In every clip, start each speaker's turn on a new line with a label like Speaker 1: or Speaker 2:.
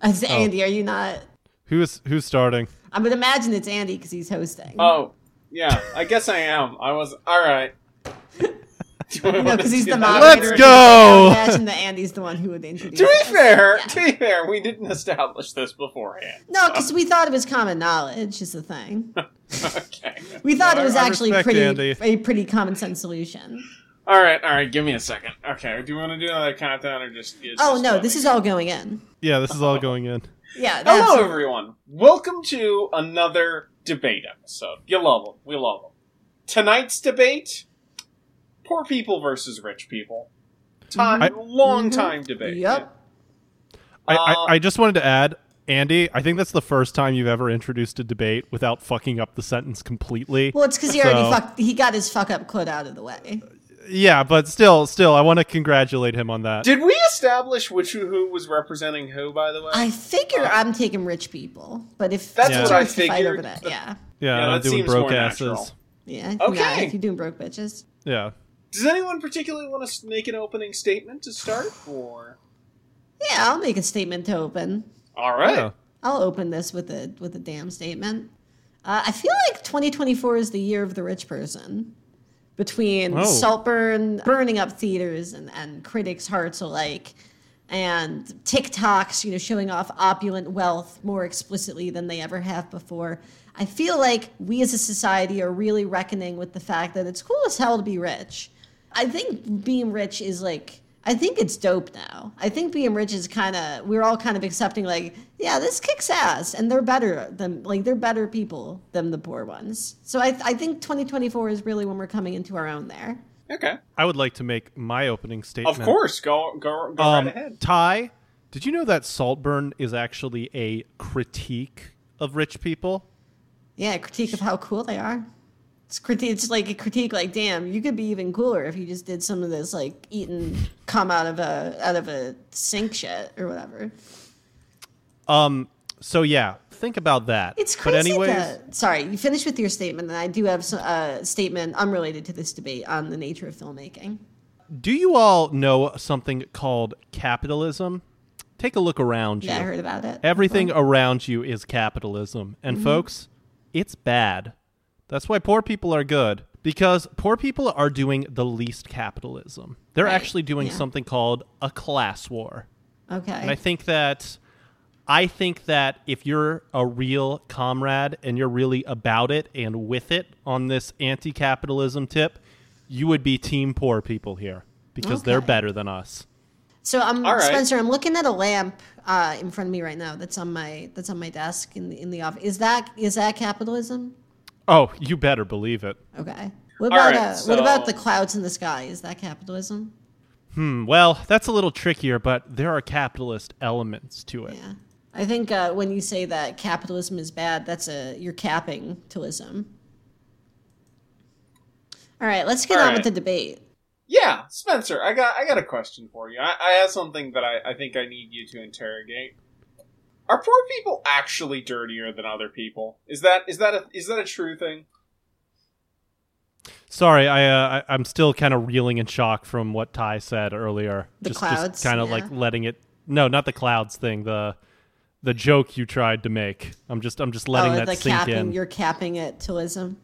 Speaker 1: It's
Speaker 2: Oh.
Speaker 1: Andy. Are you not?
Speaker 3: Who's who's starting?
Speaker 1: I would imagine it's Andy because he's hosting.
Speaker 2: Oh, yeah. I guess I am. I was all right. Do I
Speaker 1: you know,
Speaker 2: wanna
Speaker 1: because he's
Speaker 2: do
Speaker 1: the
Speaker 2: that?
Speaker 1: moderator.
Speaker 3: Let's go!
Speaker 1: I imagine that Andy's the one who would introduce.
Speaker 2: To be
Speaker 1: us.
Speaker 2: fair,
Speaker 1: Yeah.
Speaker 2: to be fair, we didn't establish this beforehand.
Speaker 1: no, because we thought it was common knowledge. Is the thing.
Speaker 2: Okay.
Speaker 1: We thought
Speaker 3: No, I-
Speaker 1: it was
Speaker 3: I
Speaker 1: actually
Speaker 3: respect
Speaker 1: pretty
Speaker 3: Andy.
Speaker 1: a pretty common sense solution.
Speaker 2: All right, all right. Give me a second. Okay. Do you want to do another countdown or just? it's
Speaker 1: Oh
Speaker 2: just
Speaker 1: no,
Speaker 2: funny?
Speaker 1: this is all going in.
Speaker 3: Yeah, this is
Speaker 2: Uh,
Speaker 3: all going in.
Speaker 1: Yeah. that's-
Speaker 2: Hello, everyone. Welcome to another debate episode. You love them. We love them. Tonight's debate: poor people versus rich people. Time,
Speaker 3: I-
Speaker 1: Mm-hmm.
Speaker 2: long time debate.
Speaker 1: Yep.
Speaker 3: I, I,
Speaker 2: Uh,
Speaker 3: I just wanted to add, Andy, I think that's the first time you've ever introduced a debate without fucking up the sentence completely.
Speaker 1: Well, it's because he already
Speaker 3: So-
Speaker 1: fucked. He got his fuck up quote out of the way.
Speaker 3: Yeah, but still, still, I want to congratulate him on that.
Speaker 2: Did we establish which who was representing who? By the way,
Speaker 1: I figure I'm taking rich people, but if
Speaker 2: Uh, That's
Speaker 3: what
Speaker 1: if
Speaker 2: I
Speaker 1: it's to fight
Speaker 2: figured,
Speaker 1: over that,
Speaker 2: but-
Speaker 1: yeah,
Speaker 3: yeah,
Speaker 2: yeah,
Speaker 3: I'm
Speaker 2: that
Speaker 3: doing
Speaker 2: seems more
Speaker 3: broke asses.
Speaker 2: natural.
Speaker 1: yeah. Nah,
Speaker 2: Okay.
Speaker 1: if you're doing broke bitches,
Speaker 3: Yeah.
Speaker 2: Does anyone particularly want to make an opening statement to start? Or
Speaker 1: yeah, I'll make a statement to open.
Speaker 2: all right,
Speaker 3: Yeah.
Speaker 1: I'll open this with a with a damn statement. Uh, I feel like 2024 is the year of the rich person. Between
Speaker 3: Oh.
Speaker 1: Saltburn burning up theaters and, and critics' hearts alike, and TikToks, you know, showing off opulent wealth more explicitly than they ever have before. I feel like we as a society are really reckoning with the fact that it's cool as hell to be rich. I think being rich is like I think it's dope now. I think being rich is kind of we're all kind of accepting like yeah, this kicks ass and they're better than like they're better people than the poor ones. So I I think 2024 is really when we're coming into our own there.
Speaker 2: okay,
Speaker 3: I would like to make my opening statement.
Speaker 2: of course, go go, go
Speaker 3: Um,
Speaker 2: right ahead.
Speaker 3: Ty, did you know that Saltburn is actually a critique of rich people?
Speaker 1: Yeah, a critique of how cool they are. It's critique. It's like a critique. Like, damn, you could be even cooler if you just did some of this, like eating cum out of a out of a sink shit or whatever.
Speaker 3: Um, So yeah, think about that.
Speaker 1: It's crazy.
Speaker 3: But anyways,
Speaker 1: that- sorry, you finished with your statement, and I do have some, a statement unrelated to this debate on the nature of filmmaking.
Speaker 3: do you all know something called capitalism? Take a look around you.
Speaker 1: Yeah, I heard about Mm-hmm. it.
Speaker 3: Everything around you is capitalism. And folks, it's bad. That's why poor people are good because poor people are doing the least capitalism. They're
Speaker 1: Right.
Speaker 3: actually doing
Speaker 1: Yeah.
Speaker 3: something called a class war. And I
Speaker 1: Okay.
Speaker 3: think that I think that if you're a real comrade and you're really about it and with it on this anti-capitalism tip, you would be team poor people here because they're
Speaker 1: Okay.
Speaker 3: better than us.
Speaker 1: So I'm
Speaker 2: All right.
Speaker 1: Spencer. I'm looking at a lamp uh, in front of me right now. That's on my that's on my desk in the in the office. Is that is that capitalism?
Speaker 3: Oh, you better believe it.
Speaker 1: Okay. What about
Speaker 2: right,
Speaker 1: uh, what about
Speaker 2: so-
Speaker 1: the clouds in the sky? Is that capitalism?
Speaker 3: Hmm, well, that's a little trickier, but there are capitalist elements to it.
Speaker 1: Yeah. I think uh, when you say that capitalism is bad, that's a you're capping Tillism. All right, let's get
Speaker 2: All
Speaker 1: on
Speaker 2: right.
Speaker 1: with the debate.
Speaker 2: Yeah, Spencer, I got I got a question for you. I, I have something that I, I think I need you to interrogate. Are poor people actually dirtier than other people? Is that is that a is that a true thing?
Speaker 3: Sorry, I, uh, I I'm still kind of reeling in shock from what Ty said earlier.
Speaker 1: The
Speaker 3: just,
Speaker 1: clouds,
Speaker 3: just kind of
Speaker 1: yeah.
Speaker 3: like letting it. No, not the clouds thing. The the joke you tried to make. I'm just I'm just letting
Speaker 1: oh,
Speaker 3: that
Speaker 1: the
Speaker 3: sink
Speaker 1: capping,
Speaker 3: in.
Speaker 1: you're capping it Tillism.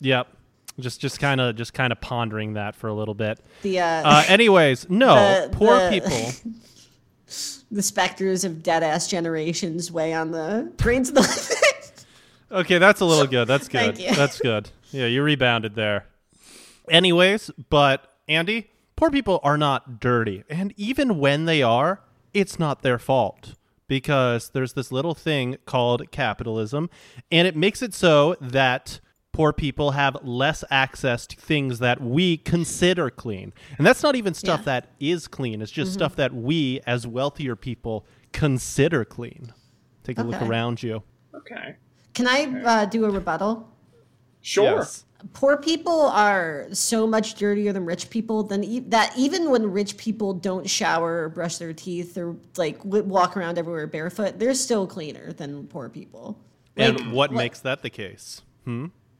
Speaker 3: Yep. Just just kind of just kind of pondering that for a little bit.
Speaker 1: The uh,
Speaker 3: Uh, anyways, no
Speaker 1: The-
Speaker 3: poor
Speaker 1: the-
Speaker 3: people.
Speaker 1: the specters of dead ass generations weigh on the brains of the
Speaker 3: Okay, that's a little good. That's good.
Speaker 1: Thank you.
Speaker 3: That's good. Yeah, you rebounded there. Anyways, but Andy, poor people are not dirty. And even when they are, it's not their fault because there's this little thing called capitalism and it makes it so that poor people have less access to things that we consider clean. And that's not even stuff
Speaker 1: Yeah. Mm-hmm.
Speaker 3: that is clean. It's just stuff that we as wealthier people consider clean. Take a look
Speaker 1: Okay.
Speaker 3: around you.
Speaker 2: Okay,
Speaker 1: Can I uh, do a rebuttal?
Speaker 2: sure.
Speaker 3: Yes.
Speaker 1: poor people are so much dirtier than rich people than e- that even when rich people don't shower or brush their teeth or like w- walk around everywhere barefoot they're still cleaner than poor people like
Speaker 3: and what makes that the case?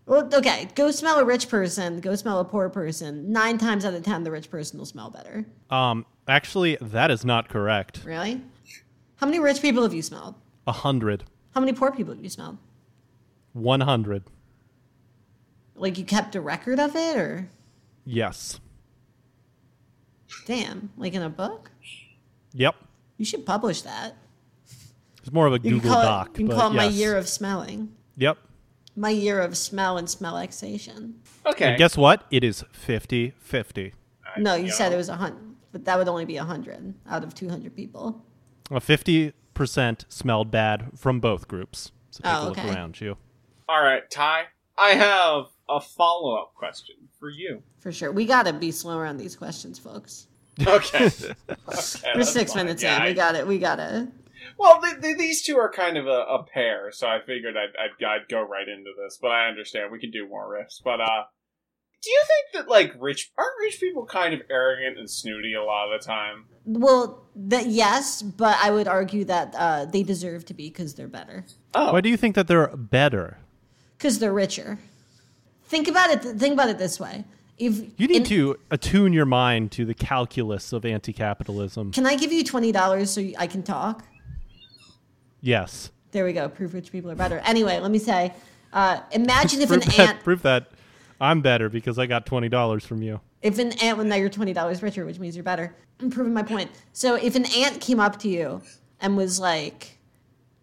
Speaker 1: well okay go smell a rich person go smell a poor person nine times out of ten the rich person will smell better
Speaker 3: Um, actually, that is not correct.
Speaker 1: really How many rich people have you smelled?
Speaker 3: A hundred.
Speaker 1: How many poor people have you smelled?
Speaker 3: One hundred.
Speaker 1: Like you kept a record of it, or
Speaker 3: Yes.
Speaker 1: damn, like in a book?
Speaker 3: Yep.
Speaker 1: You should publish that.
Speaker 3: It's more of a
Speaker 1: You
Speaker 3: Google
Speaker 1: can call
Speaker 3: Doc.
Speaker 1: it, you can
Speaker 3: but
Speaker 1: call it my
Speaker 3: yes.
Speaker 1: year of smelling,
Speaker 3: Yep.
Speaker 1: my year of smell and smellexation.
Speaker 2: Okay.
Speaker 3: And guess what? It is 50 50.
Speaker 2: I-
Speaker 1: No, you said
Speaker 2: know,
Speaker 1: it was a hundred, but that would only be a hundred out of two hundred people.
Speaker 3: Well, 50% smelled bad from both groups. So take
Speaker 1: Oh,
Speaker 3: a look
Speaker 1: okay.
Speaker 3: around you.
Speaker 2: All right, Ty. I have a follow up question for you.
Speaker 1: For sure. We got to be slower on these questions, folks.
Speaker 2: Okay.
Speaker 1: We're six minutes in. We got it. We got to.
Speaker 2: Well, th th these two are kind of a, a pair, so I figured I'd, I'd, I'd go right into this. But I understand we can do more riffs. But uh, do you think that like rich aren't rich people kind of arrogant and snooty a lot of the time?
Speaker 1: Well, that yes, but I would argue that uh, they deserve to be because they're better,
Speaker 2: Oh,
Speaker 3: Why do you think that they're better?
Speaker 1: because they're richer. Think about it. Think about it this way. If
Speaker 3: You need
Speaker 1: in-
Speaker 3: to attune your mind to the calculus of anti capitalism.
Speaker 1: can I give you twenty dollars so you- I can talk?
Speaker 3: Yes.
Speaker 1: There we go. Proof rich people are better. Anyway, let me say. Uh, imagine if an
Speaker 3: prove,
Speaker 1: ant,
Speaker 3: that, prove that I'm better because I got $20 from you.
Speaker 1: if an ant, well now you're twenty dollars richer, which means you're better. I'm proving my point. So if an ant came up to you and was like,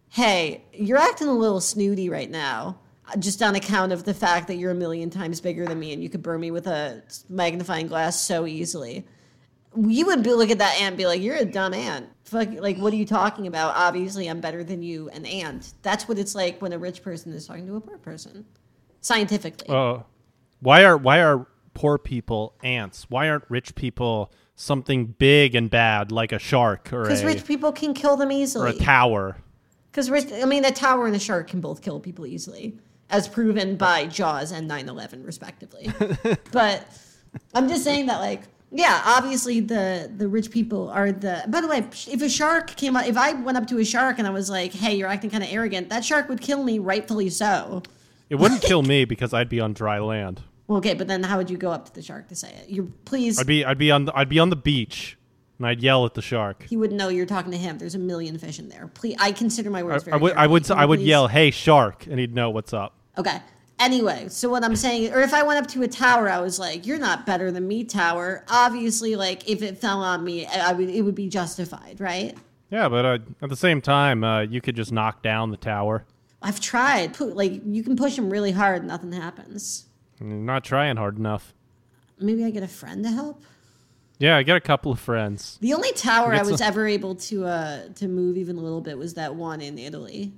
Speaker 1: "Hey, you're acting a little snooty right now, uh, just on account of the fact that you're a million times bigger than me and you could burn me with a magnifying glass so easily," you would be look at that ant and be like, "You're a dumb ant. Fuck, like what are you talking about? Obviously, I'm better than you, an ant." That's what it's like when a rich person is talking to a poor person, scientifically.
Speaker 3: Oh, why are why are poor people ants? Why aren't rich people something big and bad like a shark or
Speaker 1: because
Speaker 3: a,
Speaker 1: rich people can kill them
Speaker 3: or
Speaker 1: easily.
Speaker 3: a tower?
Speaker 1: Because I mean, a tower and a shark can both kill people easily, as proven by Jaws and 9/11, respectively. but I'm just saying that, like, yeah, obviously the the rich people are the. By the way, if a shark came up, if I went up to a shark and I was like, "Hey, you're acting kind of arrogant," that shark would kill me, rightfully so.
Speaker 3: It wouldn't kill me because I'd be on dry land.
Speaker 1: Well, okay, but then how would you go up to the shark to say it? You please,
Speaker 3: I'd be I'd be on the, I'd be on the beach and I'd yell at the shark.
Speaker 1: he would know you're talking to him. There's a million fish in there. Please, I consider my
Speaker 3: I,
Speaker 1: words.
Speaker 3: I
Speaker 1: very
Speaker 3: would I would
Speaker 1: carefully. Can
Speaker 3: I
Speaker 1: you
Speaker 3: would
Speaker 1: please-
Speaker 3: yell, "Hey shark!" and he'd know what's up.
Speaker 1: Okay. Anyway, so what I'm saying, or if I went up to a tower, I was like, "You're not better than me, tower." Obviously, like if it fell on me, I I would it would be justified, right?
Speaker 3: Yeah, but uh, at the same time, uh, you could just knock down the tower.
Speaker 1: I've tried. Pu- Like you can push him really hard, nothing happens.
Speaker 3: You're not trying hard enough.
Speaker 1: Maybe I get a friend to help.
Speaker 3: Yeah, I got a couple of friends.
Speaker 1: The only tower I
Speaker 3: Get
Speaker 1: was
Speaker 3: some-
Speaker 1: ever able to uh to move even a little bit was that one in Italy.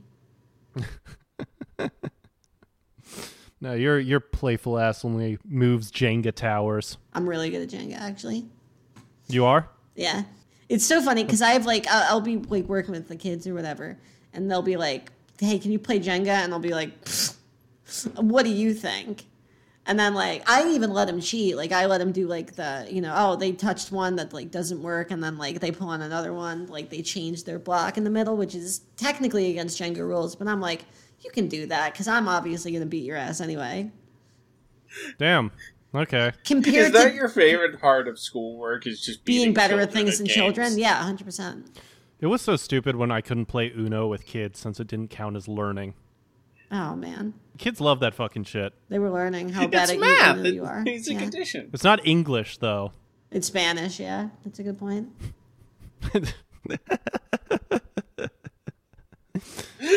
Speaker 3: No, your your playful ass only moves Jenga towers.
Speaker 1: I'm really good at Jenga, actually.
Speaker 3: You are.
Speaker 1: Yeah. It's so funny because I have like, I'll, I'll be like working with the kids or whatever, and they'll be like, hey, can you play Jenga? And I'll be like, "Pfft, what do you think? And then like, I even let them cheat. Like, I let them do like the, you know, oh, they touched one that like doesn't work, and then like they pull on another one, like they change their block in the middle, which is technically against Jenga rules, but I'm like, you can do that because I'm obviously going to beat your ass anyway.
Speaker 3: Damn. Okay.
Speaker 1: Compared
Speaker 2: is that
Speaker 1: to
Speaker 2: your favorite part of schoolwork? Is just
Speaker 1: being
Speaker 2: beating
Speaker 1: better at
Speaker 2: children
Speaker 1: things than
Speaker 2: games?
Speaker 1: children? Yeah, 100%.
Speaker 3: It was so stupid when I couldn't play Uno with kids since it didn't count as learning.
Speaker 1: Oh, man.
Speaker 3: Kids love that fucking shit.
Speaker 1: They were learning how bad
Speaker 2: It's
Speaker 1: at
Speaker 2: math.
Speaker 1: you,
Speaker 2: It-
Speaker 1: you are.
Speaker 2: It's a
Speaker 1: yeah.
Speaker 2: condition.
Speaker 3: It's not English though.
Speaker 1: It's Spanish, yeah. That's a good point.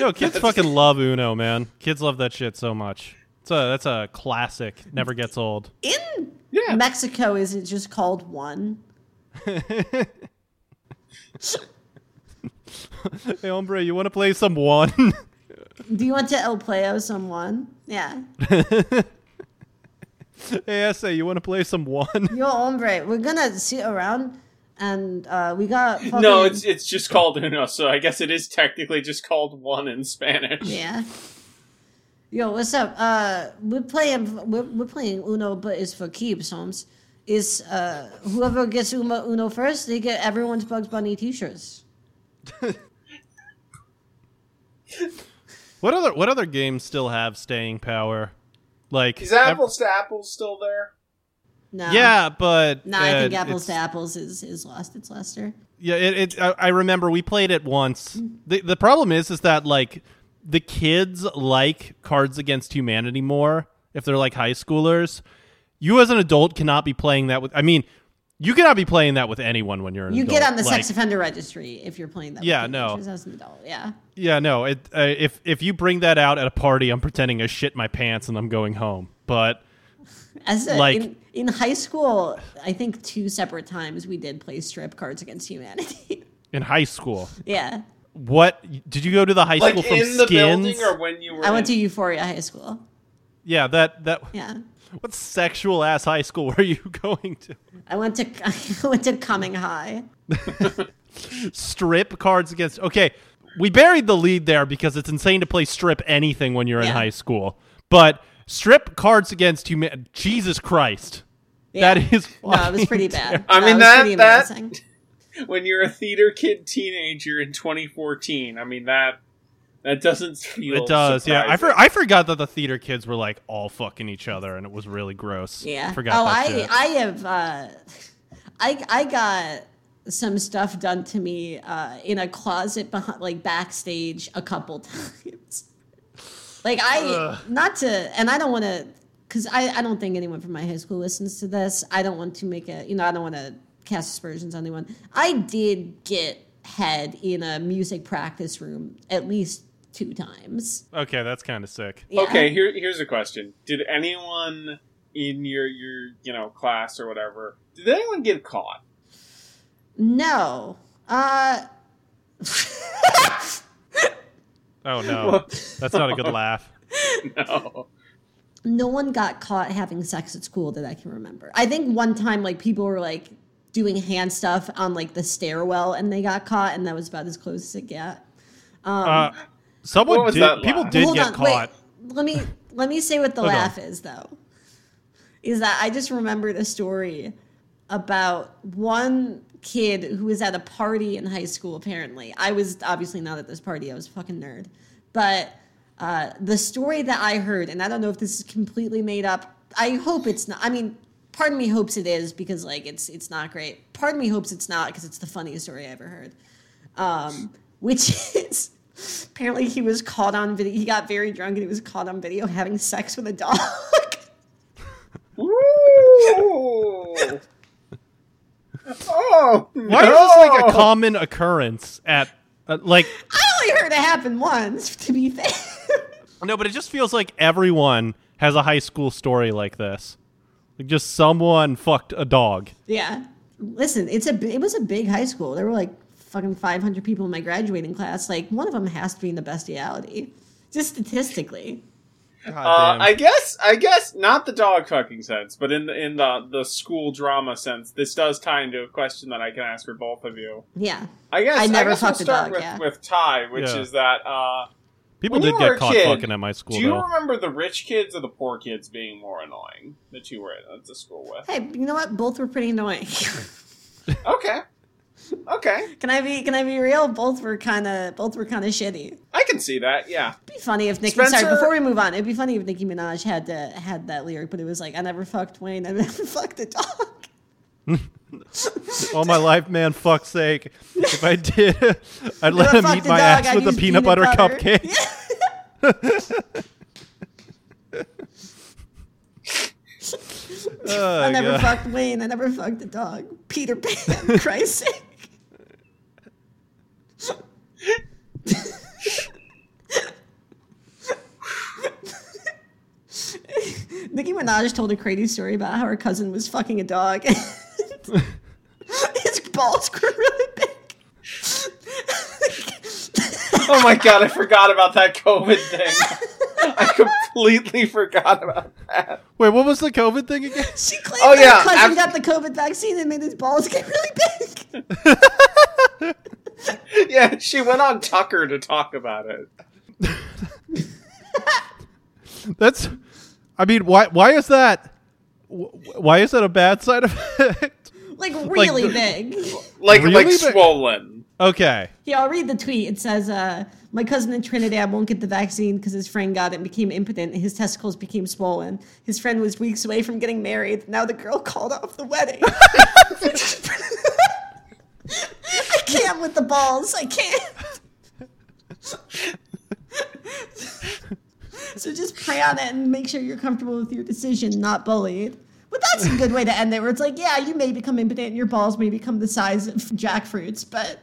Speaker 3: No, kids fucking love Uno, man. Kids love that shit so much. It's a that's a classic. Never gets old.
Speaker 1: In
Speaker 2: Yeah.
Speaker 1: Mexico, is it just called one?
Speaker 3: Hey, hombre, you want to play some one?
Speaker 1: Do you want to El Playo someone? Yeah.
Speaker 3: hey, SA, you want to play some one?
Speaker 1: Yo, hombre, we're gonna sit around and uh, we got. Fucking,
Speaker 2: No, it's it's just called Uno, so I guess it is technically just called one in Spanish.
Speaker 1: Yeah. Yo, what's up? Uh, we're playing. We're, we're playing Uno, but it's for keeps, Holmes. Is uh, whoever gets Uno, Uno first, they get everyone's Bugs Bunny T-shirts.
Speaker 3: What other what other games still have staying power? Like
Speaker 2: Is
Speaker 3: ev-
Speaker 2: apples to apples still there?
Speaker 1: No.
Speaker 3: Yeah, but
Speaker 1: No, I think
Speaker 3: uh,
Speaker 1: apples to
Speaker 3: it's-
Speaker 1: apples is, is lost its luster.
Speaker 3: Yeah, it, it I, I remember we played it once. The the problem is is that like the kids like Cards Against Humanity more if they're like high schoolers. You as an adult cannot be playing that with I mean, you cannot be playing that with anyone when you're an
Speaker 1: You
Speaker 3: adult.
Speaker 1: get on the
Speaker 3: Like,
Speaker 1: sex offender registry if you're playing that. with
Speaker 3: Yeah,
Speaker 1: teenagers
Speaker 3: no.
Speaker 1: As an adult, yeah.
Speaker 3: Yeah, no. It, uh, if if you bring that out at a party, I'm pretending I shit my pants and I'm going home. But
Speaker 1: As a,
Speaker 3: Like-
Speaker 1: in, in high school, I think two separate times we did play strip Cards Against Humanity.
Speaker 3: in high school,
Speaker 1: yeah,
Speaker 3: what did you go to the high
Speaker 2: Like
Speaker 3: school from
Speaker 2: in the
Speaker 3: Skins?
Speaker 2: building or when you were
Speaker 1: I went to
Speaker 2: in-
Speaker 1: Euphoria High School.
Speaker 3: yeah, that that
Speaker 1: Yeah,
Speaker 3: what sexual ass high school were you going to?
Speaker 1: I went to I went to Coming High.
Speaker 3: Strip cards against. Okay, we buried the lead there because it's insane to play strip anything when you're in
Speaker 1: Yeah.
Speaker 3: high school. But strip cards against human. Jesus Christ,
Speaker 1: Yeah.
Speaker 3: that is.
Speaker 1: No, it was
Speaker 3: fucking
Speaker 1: pretty bad.
Speaker 2: I
Speaker 1: was pretty
Speaker 2: mean, that- that-
Speaker 1: embarrassing.
Speaker 2: when you're a theater kid teenager in 2014. I mean that that doesn't feel.
Speaker 3: It does, yeah. I,
Speaker 2: surprising.
Speaker 3: for- I forgot that the theater kids were like all fucking each other, and it was really gross.
Speaker 1: Yeah.
Speaker 3: forgot.
Speaker 1: oh,
Speaker 3: that
Speaker 1: I
Speaker 3: shit.
Speaker 1: I have uh, I I got some stuff done to me uh, in a closet behind, like backstage a couple times. Like I
Speaker 3: Ugh.
Speaker 1: not to and I don't want to because I I don't think anyone from my high school listens to this. I don't want to make a you know I don't want to cast aspersions on anyone. I did get head in a music practice room at least two times.
Speaker 3: okay, that's kind of sick.
Speaker 1: Yeah.
Speaker 2: Okay, here here's a question. Did anyone in your your you know class or whatever did anyone get caught?
Speaker 1: No. Uh.
Speaker 3: Oh no, that's not a good laugh.
Speaker 2: No.
Speaker 1: no one got caught having sex at school that I can remember. I think one time, like, people were like doing hand stuff on like the stairwell and they got caught, and that was about as close as it got.
Speaker 3: Uh, someone
Speaker 2: was
Speaker 3: did.
Speaker 2: that
Speaker 3: People
Speaker 2: laugh?
Speaker 3: did get caught.
Speaker 1: Um, Wait, let me let me say what the
Speaker 3: Hold on.
Speaker 1: laugh is though. Is that I just remembered a story about one kid who was at a party in high school. Apparently, I was obviously not at this party. I was a fucking nerd. But uh, the story that I heard, and I don't know if this is completely made up. I hope it's not. I mean, part of me hopes it is because like it's it's not great. Part of me hopes it's not because it's the funniest story I ever heard um, which is apparently he was caught on video. He got very drunk and he was caught on video having sex with a dog.
Speaker 2: Ooh. Oh,
Speaker 3: Why is this like a common occurrence at uh, like?
Speaker 1: I only heard it happen once, to be fair.
Speaker 3: No, but it just feels like everyone has a high school story like this. Like just someone fucked a dog.
Speaker 1: yeah, listen, it's a bi- it was a big high school. There were like fucking 500 people in my graduating class. Like one of them has to be in the bestiality, just statistically.
Speaker 2: Uh, I guess I guess not the dog fucking sense, but in the, in the the school drama sense, this does tie into a question that I can ask for both of you.
Speaker 1: Yeah,
Speaker 2: I guess
Speaker 1: I never
Speaker 2: guess we'll
Speaker 1: fucked a
Speaker 2: start
Speaker 1: dog,
Speaker 2: with
Speaker 1: yeah.
Speaker 2: with Ty, which
Speaker 3: Yeah.
Speaker 2: is that uh,
Speaker 3: People did
Speaker 2: when you were
Speaker 3: get
Speaker 2: a
Speaker 3: caught
Speaker 2: kid,
Speaker 3: fucking at my school
Speaker 2: Do you
Speaker 3: though.
Speaker 2: remember the rich kids or the poor kids being more annoying that you were at, at the school with?
Speaker 1: hey, you know what? Both were pretty annoying.
Speaker 2: Okay, okay,
Speaker 1: can I be can I be real? Both were kind of both were kind of shitty.
Speaker 2: I can see that. Yeah,
Speaker 1: It'd be funny if Nicki. Sorry,
Speaker 2: Spencer-
Speaker 1: before we move on, it'd be funny if Nicki Minaj had to had that lyric, but it was like, "I never fucked Wayne, I never fucked a dog."
Speaker 3: All Oh, my life, man, fuck's sake. If I did, I'd let
Speaker 1: Never
Speaker 3: him
Speaker 1: fucked
Speaker 3: eat
Speaker 1: a
Speaker 3: my
Speaker 1: dog,
Speaker 3: ass
Speaker 1: I'd
Speaker 3: with a
Speaker 1: use
Speaker 3: peanut, butter, cupcake. Oh,
Speaker 1: I never
Speaker 3: God.
Speaker 1: fucked Wayne, I never fucked a dog. Peter Pan, Christ's sake. Nicki Minaj told a crazy story about how her cousin was fucking a dog. and His balls grew really big.
Speaker 2: Oh my god, I forgot about that COVID thing. I completely forgot about that.
Speaker 3: Wait, what was the COVID thing again?
Speaker 1: She claimed
Speaker 2: Oh,
Speaker 1: that
Speaker 2: yeah,
Speaker 1: her cousin
Speaker 2: after-
Speaker 1: got the COVID vaccine and made his balls get really big.
Speaker 2: Yeah, she went on Tucker to talk about it.
Speaker 3: That's, I mean, why why is that? wh- Why is that a bad side effect?
Speaker 1: Like really
Speaker 3: the-
Speaker 1: big.
Speaker 2: Like
Speaker 3: Really?
Speaker 2: like swollen.
Speaker 3: okay,
Speaker 1: Yeah, I'll read the tweet. It says, uh, my cousin in Trinidad won't get the vaccine because his friend got it and became impotent. and His testicles became swollen. His friend was weeks away from getting married. Now the girl called off the wedding. I can't with the balls. I can't. so just pray on it and make sure you're comfortable with your decision, not bullied. But that's a good way to end it, where it's like, yeah, you may become impotent, and your balls may become the size of jackfruits, but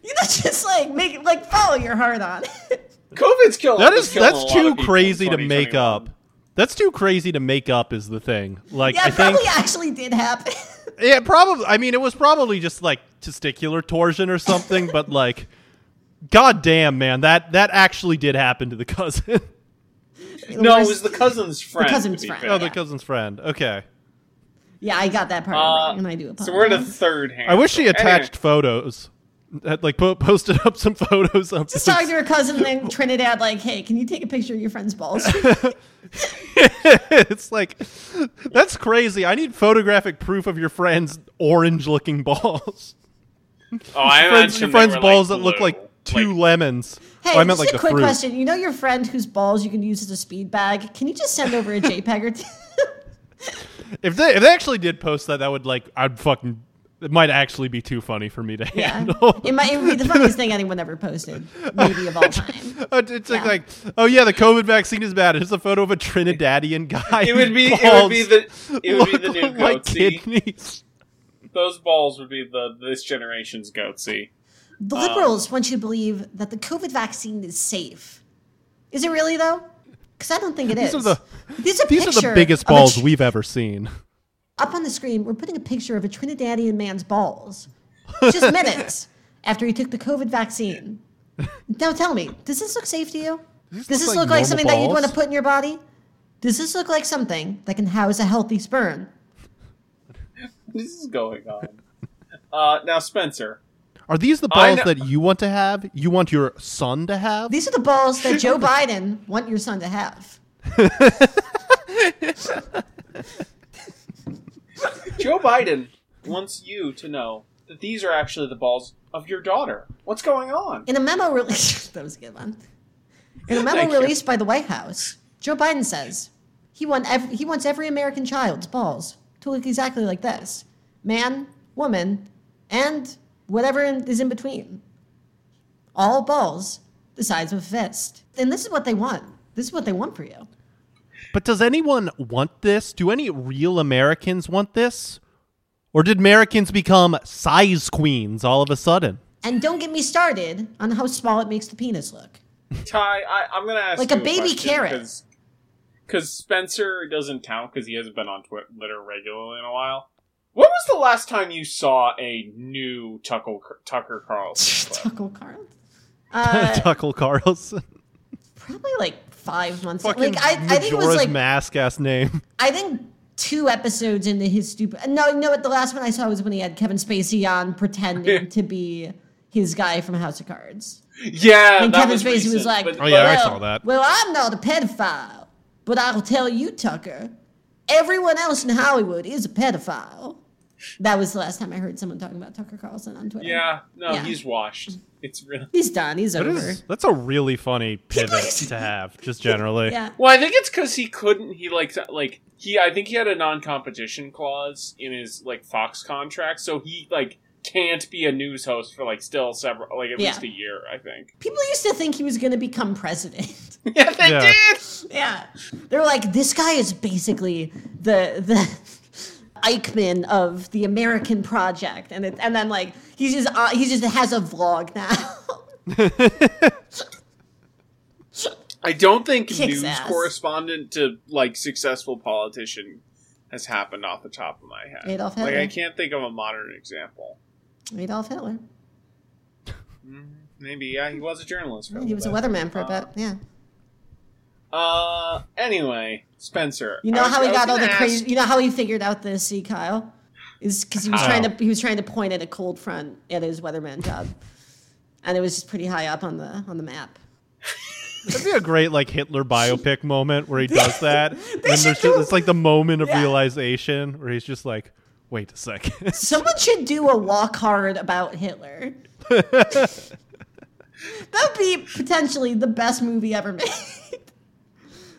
Speaker 1: you know, just like make it like follow your heart on it.
Speaker 2: COVID's killing.
Speaker 3: That is
Speaker 2: killing
Speaker 3: that's
Speaker 2: a lot
Speaker 3: too
Speaker 2: of people in
Speaker 3: crazy to make
Speaker 2: 2021.
Speaker 3: up. That's too crazy to make up is the thing. Like
Speaker 1: yeah,
Speaker 3: I
Speaker 1: it probably uh,
Speaker 3: think
Speaker 1: actually did happen.
Speaker 3: yeah, probably I mean it was probably just like testicular torsion or something, but like god damn man, that that actually did happen to the cousin.
Speaker 2: No, it was the cousin's friend. to
Speaker 1: cousin's
Speaker 2: be
Speaker 1: friend.
Speaker 2: fair.
Speaker 3: oh, the
Speaker 1: Yeah.
Speaker 3: cousin's friend. Okay.
Speaker 1: Yeah, I got that part
Speaker 2: Uh,
Speaker 1: wrong, and I do apologize.
Speaker 2: So we're in a third hand.
Speaker 3: I wish she
Speaker 2: Anyway,
Speaker 3: attached photos. Had, like po- posted up some photos of
Speaker 1: just
Speaker 3: this.
Speaker 1: talking to her cousin and then Trinidad like, hey, can you take a picture of your friend's balls?
Speaker 3: it's like that's crazy. I need photographic proof of your friend's orange-looking balls.
Speaker 2: Oh, I
Speaker 3: friends, your
Speaker 2: imagine they
Speaker 3: friends'
Speaker 2: were,
Speaker 3: balls
Speaker 2: like,
Speaker 3: that look
Speaker 2: blue.
Speaker 3: like two lemons.
Speaker 1: Hey,
Speaker 3: Oh, I meant
Speaker 1: just
Speaker 3: like
Speaker 1: a
Speaker 3: the
Speaker 1: quick
Speaker 3: fruit.
Speaker 1: question. You know your friend whose balls you can use as a speed bag? Can you just send over a JPEG or two?
Speaker 3: If they if they actually did post that, that would like I'd fucking it might actually be too funny for me to
Speaker 1: Yeah.
Speaker 3: handle.
Speaker 1: It might it would be the funniest thing anyone ever posted, maybe of all time.
Speaker 3: Uh, it's like,
Speaker 1: Yeah.
Speaker 3: like, oh yeah, the COVID vaccine is bad. It's a photo of a Trinidadian guy.
Speaker 2: It would be.
Speaker 3: whose
Speaker 2: It
Speaker 3: balls
Speaker 2: would be the. It would be the new
Speaker 3: look like
Speaker 2: goatsy.
Speaker 3: kidneys.
Speaker 2: Those balls would be the this generation's goatsy.
Speaker 1: The liberals want you to believe that the COVID vaccine is safe. Is it really though? Because I don't think it is.
Speaker 3: These are the
Speaker 1: These are,
Speaker 3: these are the
Speaker 1: picture
Speaker 3: biggest
Speaker 1: of a
Speaker 3: balls
Speaker 1: tr-
Speaker 3: we've ever seen.
Speaker 1: up on the screen, we're putting a picture of a Trinidadian man's balls just minutes after he took the COVID vaccine. Now tell me, does this look safe to you?
Speaker 3: These look
Speaker 1: does this
Speaker 3: like
Speaker 1: look like
Speaker 3: normal
Speaker 1: something that you'd want to
Speaker 3: balls.
Speaker 1: put in your body? Does this look like something that can house a healthy sperm?
Speaker 2: This is going on. Uh, now, Spencer.
Speaker 3: Are these the
Speaker 2: I
Speaker 3: balls
Speaker 2: know-
Speaker 3: that you want to have? You want your son to have?
Speaker 1: These are the balls that Joe Biden want your son to have.
Speaker 2: Joe Biden wants you to know that these are actually the balls of your daughter. What's going on?
Speaker 1: In a memo released, that was a good one. In a memo
Speaker 2: Thank you.
Speaker 1: released by the White House, Joe Biden says he, want ev- he wants every American child's balls to look exactly like this man, woman, and whatever in- is in between. All balls the size of a fist. And this is what they want. This is what they want for you.
Speaker 3: But does anyone want this? Do any real Americans want this? Or did Americans become size queens all of a sudden?
Speaker 1: And don't get me started on how small it makes the penis look.
Speaker 2: Ty, I, I'm going to ask
Speaker 1: Like
Speaker 2: you
Speaker 1: a baby carrot.
Speaker 2: Because Spencer doesn't count because he hasn't been on Twitter regularly in a while. When was the last time you saw a new Tucker, Tucker Carlson? clip?
Speaker 1: Tuckle Carl. Uh,
Speaker 3: Tuckle Carlson.
Speaker 1: probably like five months.
Speaker 3: Fucking
Speaker 1: Like I, I think it was
Speaker 3: Majora's
Speaker 1: like
Speaker 3: mask ass name.
Speaker 1: I think two episodes into his stupid. uh, No, no. what The last one I saw was when he had Kevin Spacey on pretending to be his guy from House of Cards,
Speaker 2: yeah,
Speaker 1: and
Speaker 2: that
Speaker 1: Kevin
Speaker 2: was
Speaker 1: Spacey
Speaker 2: recent,
Speaker 1: was like,
Speaker 2: but-
Speaker 3: Oh, yeah, I
Speaker 2: but-
Speaker 1: well,
Speaker 3: saw that.
Speaker 1: Well, I'm not a pedophile, but I'll tell you, Tucker, everyone else in Hollywood is a pedophile." That was the last time I heard someone talking about Tucker Carlson on Twitter.
Speaker 2: yeah, no,
Speaker 1: Yeah.
Speaker 2: he's washed. It's real.
Speaker 1: he's done. He's
Speaker 3: That
Speaker 1: over.
Speaker 3: is, that's a really funny pivot to have, just generally.
Speaker 1: Yeah.
Speaker 2: Well, I think it's because he couldn't. He like like he. I think he had a non-competition clause in his like Fox contract, so he like can't be a news host for like still several like at
Speaker 1: Yeah.
Speaker 2: least a year. I think.
Speaker 1: People used to think he was going to become president.
Speaker 2: Yeah, they
Speaker 3: Yeah.
Speaker 2: did.
Speaker 1: Yeah. They're like, this guy is basically the the Eichmann of the American project. And it, and then like he's just uh, he just has a vlog now.
Speaker 2: I don't think
Speaker 1: Kicks
Speaker 2: news
Speaker 1: ass.
Speaker 2: correspondent to like successful politician has happened off the top of my head.
Speaker 1: Adolf
Speaker 2: like I
Speaker 1: Hitler.
Speaker 2: can't think of a modern example.
Speaker 1: Adolf Hitler.
Speaker 2: Maybe yeah, he was a journalist. For
Speaker 1: He was a
Speaker 2: little bit.
Speaker 1: weatherman for a bit. Yeah.
Speaker 2: Uh, anyway, Spencer.
Speaker 1: You know
Speaker 2: I was-
Speaker 1: how he
Speaker 2: I was
Speaker 1: got all
Speaker 2: gonna
Speaker 1: the
Speaker 2: ask-
Speaker 1: crazy you know how he figured out the sea Kyle? Is because he was
Speaker 3: How?
Speaker 1: trying to he was trying to point at a cold front at his weatherman job. And it was just pretty high up on the on the map.
Speaker 3: That'd be a great like Hitler biopic moment where he does that. and there's
Speaker 1: should
Speaker 3: just,
Speaker 1: do-
Speaker 3: it's like the moment of
Speaker 1: Yeah.
Speaker 3: realization where he's just like, wait a second.
Speaker 1: Someone should do a walk hard about Hitler. that would be potentially the best movie ever made.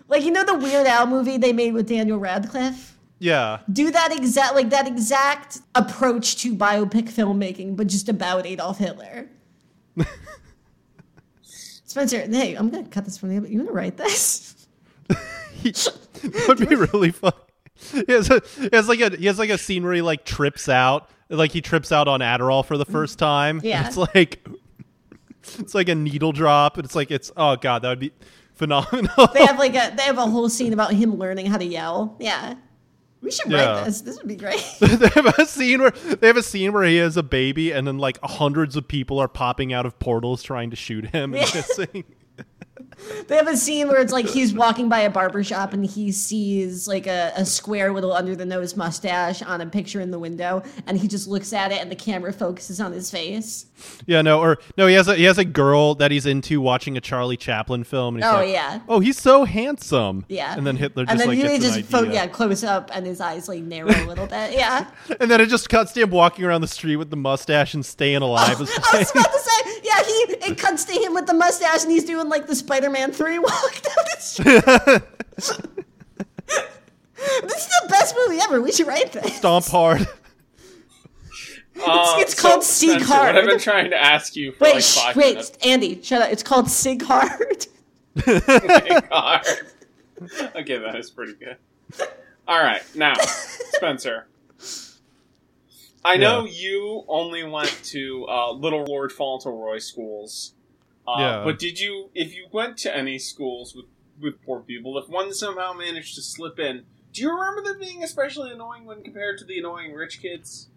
Speaker 1: like you know the Weird Al movie they made with Daniel Radcliffe.
Speaker 3: Yeah.
Speaker 1: do that exact like that exact approach to biopic filmmaking, but just about Adolf Hitler. Spencer, hey, I'm gonna cut this from the. You wanna write this?
Speaker 3: that would be really fun. He has, a, he has like a he has like a scene where he like trips out, like he trips out on Adderall for the first time. and
Speaker 1: Mm-hmm. Yeah.
Speaker 3: it's like it's like a needle drop, and it's like it's oh god, that would be phenomenal.
Speaker 1: They have like a they have a whole scene about him learning how to yell. Yeah, we should
Speaker 3: Yeah.
Speaker 1: write this. This would be great.
Speaker 3: they have a scene where they have a scene where he has a baby, and then like hundreds of people are popping out of portals trying to shoot him and
Speaker 1: Yeah.
Speaker 3: missing.
Speaker 1: They have a scene where it's like he's walking by a barber shop and he sees like a, a square little under the nose mustache on a picture in the window and he just looks at it and the camera focuses on his face.
Speaker 3: Yeah, no, or no, he has a he has a girl that he's into watching a Charlie Chaplin film. And he's
Speaker 1: Oh,
Speaker 3: like,
Speaker 1: yeah.
Speaker 3: Oh, he's so handsome.
Speaker 1: Yeah.
Speaker 3: And then Hitler just
Speaker 1: and then
Speaker 3: like
Speaker 1: he
Speaker 3: gets an
Speaker 1: just fo-
Speaker 3: idea.
Speaker 1: yeah, close up and his eyes like narrow a little bit. Yeah.
Speaker 3: And then it just cuts to him walking around the street with the mustache and staying alive. is
Speaker 1: I was about to say, yeah, he it cuts to him with the mustache and he's doing like the Spider Man three walk down the street. this is the best movie ever. We should write this.
Speaker 3: stomp hard.
Speaker 2: Uh,
Speaker 1: it's called Seek
Speaker 2: Spencer,
Speaker 1: Hard.
Speaker 2: What I've been trying to ask you for
Speaker 1: Wait,
Speaker 2: like
Speaker 1: shh,
Speaker 2: five
Speaker 1: wait,
Speaker 2: minutes.
Speaker 1: Andy, shut up. It's called Sig Hard.
Speaker 2: Seek Hard. Okay, that is pretty good. All right, now Spencer, I know you only went to uh, Little Lord Fauntleroy schools, uh,
Speaker 3: Yeah.
Speaker 2: but did you, if you went to any schools with with poor people, if one somehow managed to slip in, do you remember them being especially annoying when compared to the annoying rich kids?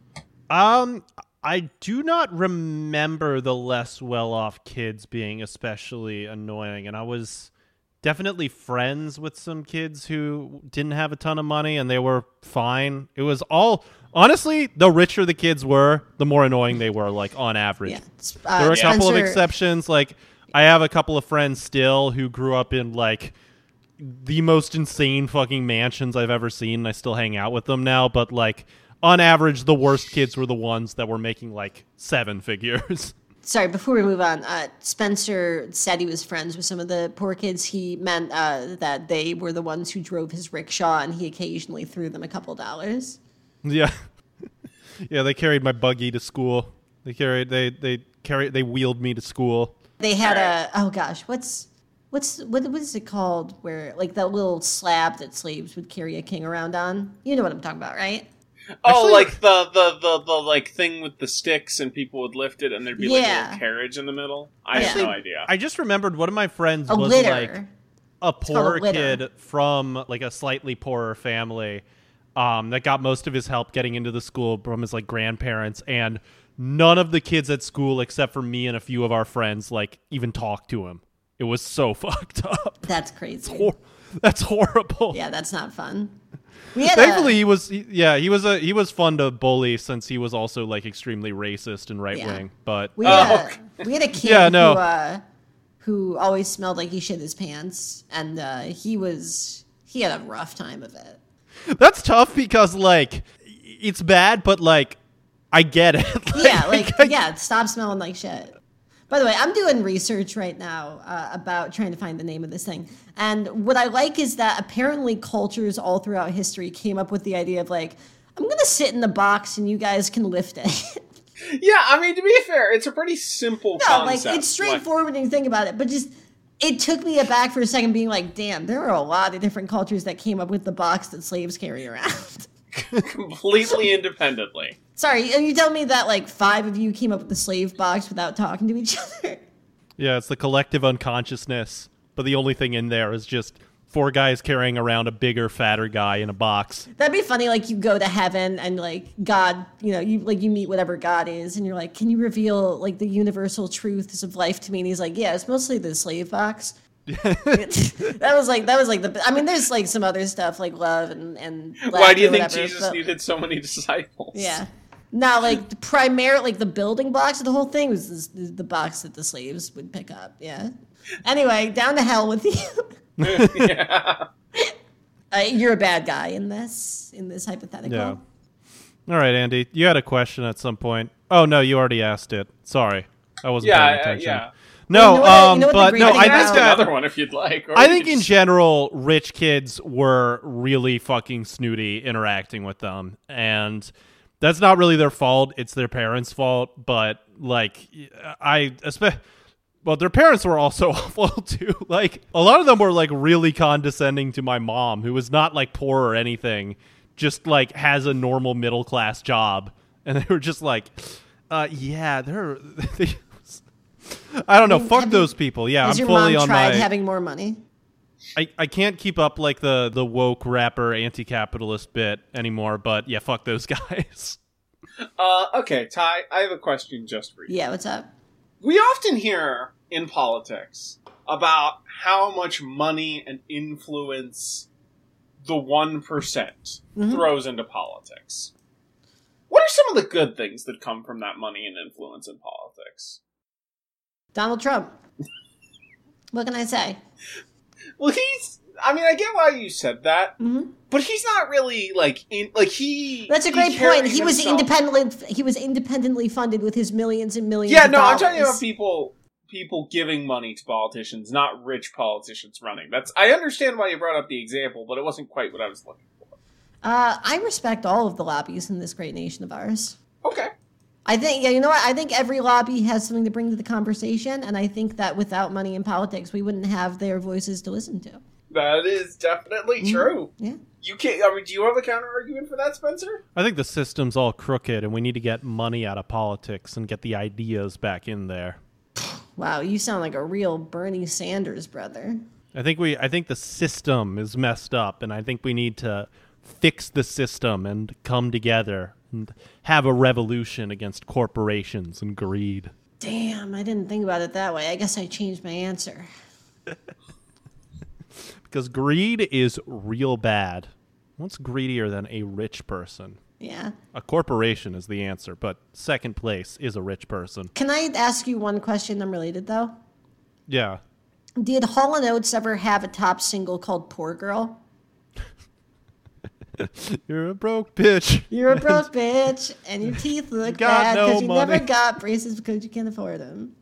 Speaker 3: Um, I do not remember the less well off kids being especially annoying, and I was definitely friends with some kids who didn't have a ton of money and they were fine. It was all honestly, the richer the kids were, the more annoying they were, like on average.
Speaker 1: Yeah. it's, uh,
Speaker 3: there were a couple of
Speaker 1: Spencer-
Speaker 3: exceptions. Like I have a couple of friends still who grew up in like the most insane fucking mansions I've ever seen. And I still hang out with them now, but like on average, the worst kids were the ones that were making like seven figures.
Speaker 1: Sorry, before we move on, uh, Spencer said he was friends with some of the poor kids. He meant uh, that they were the ones who drove his rickshaw and he occasionally threw them a couple dollars.
Speaker 3: yeah, yeah. They carried my buggy to school. They carried they they carried they wheeled me to school.
Speaker 1: They had a, oh gosh, what's. What's what what is it called? Where like that little slab that slaves would carry a king around on? You know what I'm talking about, right?
Speaker 2: Oh,
Speaker 3: Actually-
Speaker 2: like the, the, the, the like thing with the sticks and people would lift it and there'd be like a
Speaker 1: Yeah.
Speaker 2: little carriage in the middle. I have
Speaker 1: Actually,
Speaker 2: no idea.
Speaker 3: I just remembered one of my friends
Speaker 1: A
Speaker 3: was
Speaker 1: litter.
Speaker 3: like a
Speaker 1: called a
Speaker 3: poor
Speaker 1: litter.
Speaker 3: kid from like a slightly poorer family um, that got most of his help getting into the school from his like grandparents and none of the kids at school except for me and a few of our friends like even talked to him it was so fucked up
Speaker 1: That's crazy.
Speaker 3: Hor- that's horrible
Speaker 1: Yeah, that's not fun. We had a-
Speaker 3: thankfully he was he- yeah he was a he was fun to bully since he was also like extremely racist and right wing but
Speaker 1: We,
Speaker 2: Oh,
Speaker 1: uh,
Speaker 2: okay.
Speaker 1: we had a kid
Speaker 3: Yeah, no.
Speaker 1: who, uh, who always smelled like he shit his pants, and uh, he was he had a rough time of it.
Speaker 3: That's tough because like it's bad, but like I get it.
Speaker 1: Yeah, like
Speaker 3: I-
Speaker 1: yeah, stop smelling like shit. By the way, I'm doing research right now uh, about trying to find the name of this thing. And what I like is that apparently cultures all throughout history came up with the idea of like, I'm gonna sit in the box and you guys can lift it.
Speaker 2: Yeah, I mean to be fair, it's a pretty simple
Speaker 1: No,
Speaker 2: concept.
Speaker 1: like it's straightforward when you think about it, but just it took me aback for a second being like, damn, there are a lot of different cultures that came up with the box that slaves carry around.
Speaker 2: Like, completely independently.
Speaker 1: Sorry, and you tell me that like five of you came up with the slave box without talking to each other.
Speaker 3: yeah, it's the collective unconsciousness, but the only thing in there is just four guys carrying around a bigger, fatter guy in a box.
Speaker 1: That'd be funny, like you go to heaven and like God, you know, you like you meet whatever God is and you're like, Can you reveal like the universal truths of life to me? And he's like, Yeah, it's mostly the slave box. that was like that was like the I mean there's like some other stuff like love and and
Speaker 2: Why do you
Speaker 1: laughter,
Speaker 2: think
Speaker 1: whatever,
Speaker 2: Jesus
Speaker 1: but-
Speaker 2: needed so many disciples?
Speaker 1: Yeah. Not like the primary, like the building blocks of the whole thing was this, the box that the slaves would pick up. Yeah. Anyway, down to hell with you.
Speaker 2: yeah.
Speaker 1: Uh, you're a bad guy in this in this hypothetical.
Speaker 3: Yeah. All right, Andy, you had a question at some point. Oh no, you already asked it. Sorry, I wasn't
Speaker 2: Yeah,
Speaker 3: paying
Speaker 2: I-
Speaker 3: attention.
Speaker 2: yeah.
Speaker 3: No,
Speaker 1: you know what I- you
Speaker 3: um,
Speaker 1: know what the
Speaker 3: but
Speaker 1: great
Speaker 3: no,
Speaker 1: thing
Speaker 3: I
Speaker 2: I can
Speaker 1: about-
Speaker 3: think
Speaker 2: ask
Speaker 3: that
Speaker 2: another one if you'd like. or
Speaker 3: I
Speaker 2: we
Speaker 3: think
Speaker 2: could
Speaker 3: in
Speaker 2: just-
Speaker 3: general, rich kids were really fucking snooty interacting with them, and that's not really their fault. It's their parents' fault. But like, I espe- well, their parents were also awful too. Like, a lot of them were like really condescending to my mom, who was not like poor or anything, just like has a normal middle class job, and they were just like, uh, yeah, they're. They, I don't know.
Speaker 1: mean,
Speaker 3: Fuck
Speaker 1: have you-
Speaker 3: those people. Yeah,
Speaker 1: Has
Speaker 3: I'm
Speaker 1: your
Speaker 3: fully
Speaker 1: mom
Speaker 3: on
Speaker 1: tried
Speaker 3: my.
Speaker 1: having more money?
Speaker 3: I, I can't keep up like the the woke rapper anti capitalist bit anymore, but yeah, fuck those guys.
Speaker 2: Uh, okay, Ty, I have a question just for you.
Speaker 1: Yeah, what's up?
Speaker 2: We often hear in politics about how much money and influence the 1% percent
Speaker 1: Mm-hmm.
Speaker 2: throws into politics. What are some of the good things that come from that money and influence in politics?
Speaker 1: Donald Trump. what can I say?
Speaker 2: Well, he's. I mean, I get why you said that,
Speaker 1: Mhm.
Speaker 2: but he's not really like in like he.
Speaker 1: That's a
Speaker 2: he
Speaker 1: great point.
Speaker 2: carries
Speaker 1: He was
Speaker 2: himself-
Speaker 1: independently he was independently funded with his millions and millions.
Speaker 2: Yeah,
Speaker 1: of
Speaker 2: no, I'm
Speaker 1: dollars.
Speaker 2: talking about people people giving money to politicians, not rich politicians running. That's I understand why you brought up the example, but it wasn't quite what I was looking for.
Speaker 1: Uh, I respect all of the lobbies in this great nation of ours.
Speaker 2: Okay.
Speaker 1: I think yeah, you know what? I think every lobby has something to bring to the conversation, and I think that without money in politics, we wouldn't have their voices to listen to.
Speaker 2: That is definitely true.
Speaker 1: Mm-hmm. Yeah.
Speaker 2: You can't I mean, do you have a counter argument for that, Spencer?
Speaker 3: I think the system's all crooked, and we need to get money out of politics and get the ideas back in there.
Speaker 1: Wow, you sound like a real Bernie Sanders brother.
Speaker 3: I think we I think the system is messed up, and I think we need to fix the system and come together and have a revolution against corporations and greed.
Speaker 1: Damn, I didn't think about it that way. I guess I changed my answer.
Speaker 3: Because greed is real bad. What's greedier than a rich person?
Speaker 1: Yeah.
Speaker 3: A corporation is the answer, but second place is a rich person.
Speaker 1: Can I ask you one question unrelated though?
Speaker 3: Yeah.
Speaker 1: Did Hall and Oates ever have a top single called "Poor Girl"?
Speaker 3: You're a broke bitch.
Speaker 1: You're a broke bitch, and your teeth look
Speaker 3: got
Speaker 1: bad
Speaker 3: no
Speaker 1: because you never
Speaker 3: money.
Speaker 1: got braces because you can't afford them.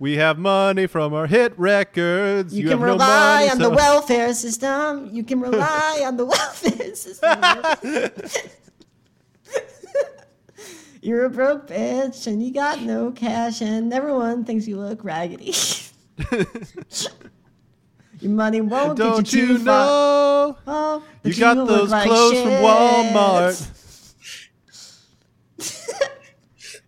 Speaker 3: We have money from our hit records.
Speaker 1: You,
Speaker 3: You,
Speaker 1: can
Speaker 3: have
Speaker 1: rely
Speaker 3: no money,
Speaker 1: on
Speaker 3: so-
Speaker 1: the welfare system. You can rely on the welfare system. You're a broke bitch, and you got no cash, and everyone thinks you look raggedy. your money won't
Speaker 3: Don't
Speaker 1: get you,
Speaker 3: you
Speaker 1: too far.
Speaker 3: know?
Speaker 1: Oh, but
Speaker 3: You got
Speaker 1: look
Speaker 3: those
Speaker 1: like
Speaker 3: clothes from
Speaker 1: shit.
Speaker 3: Walmart.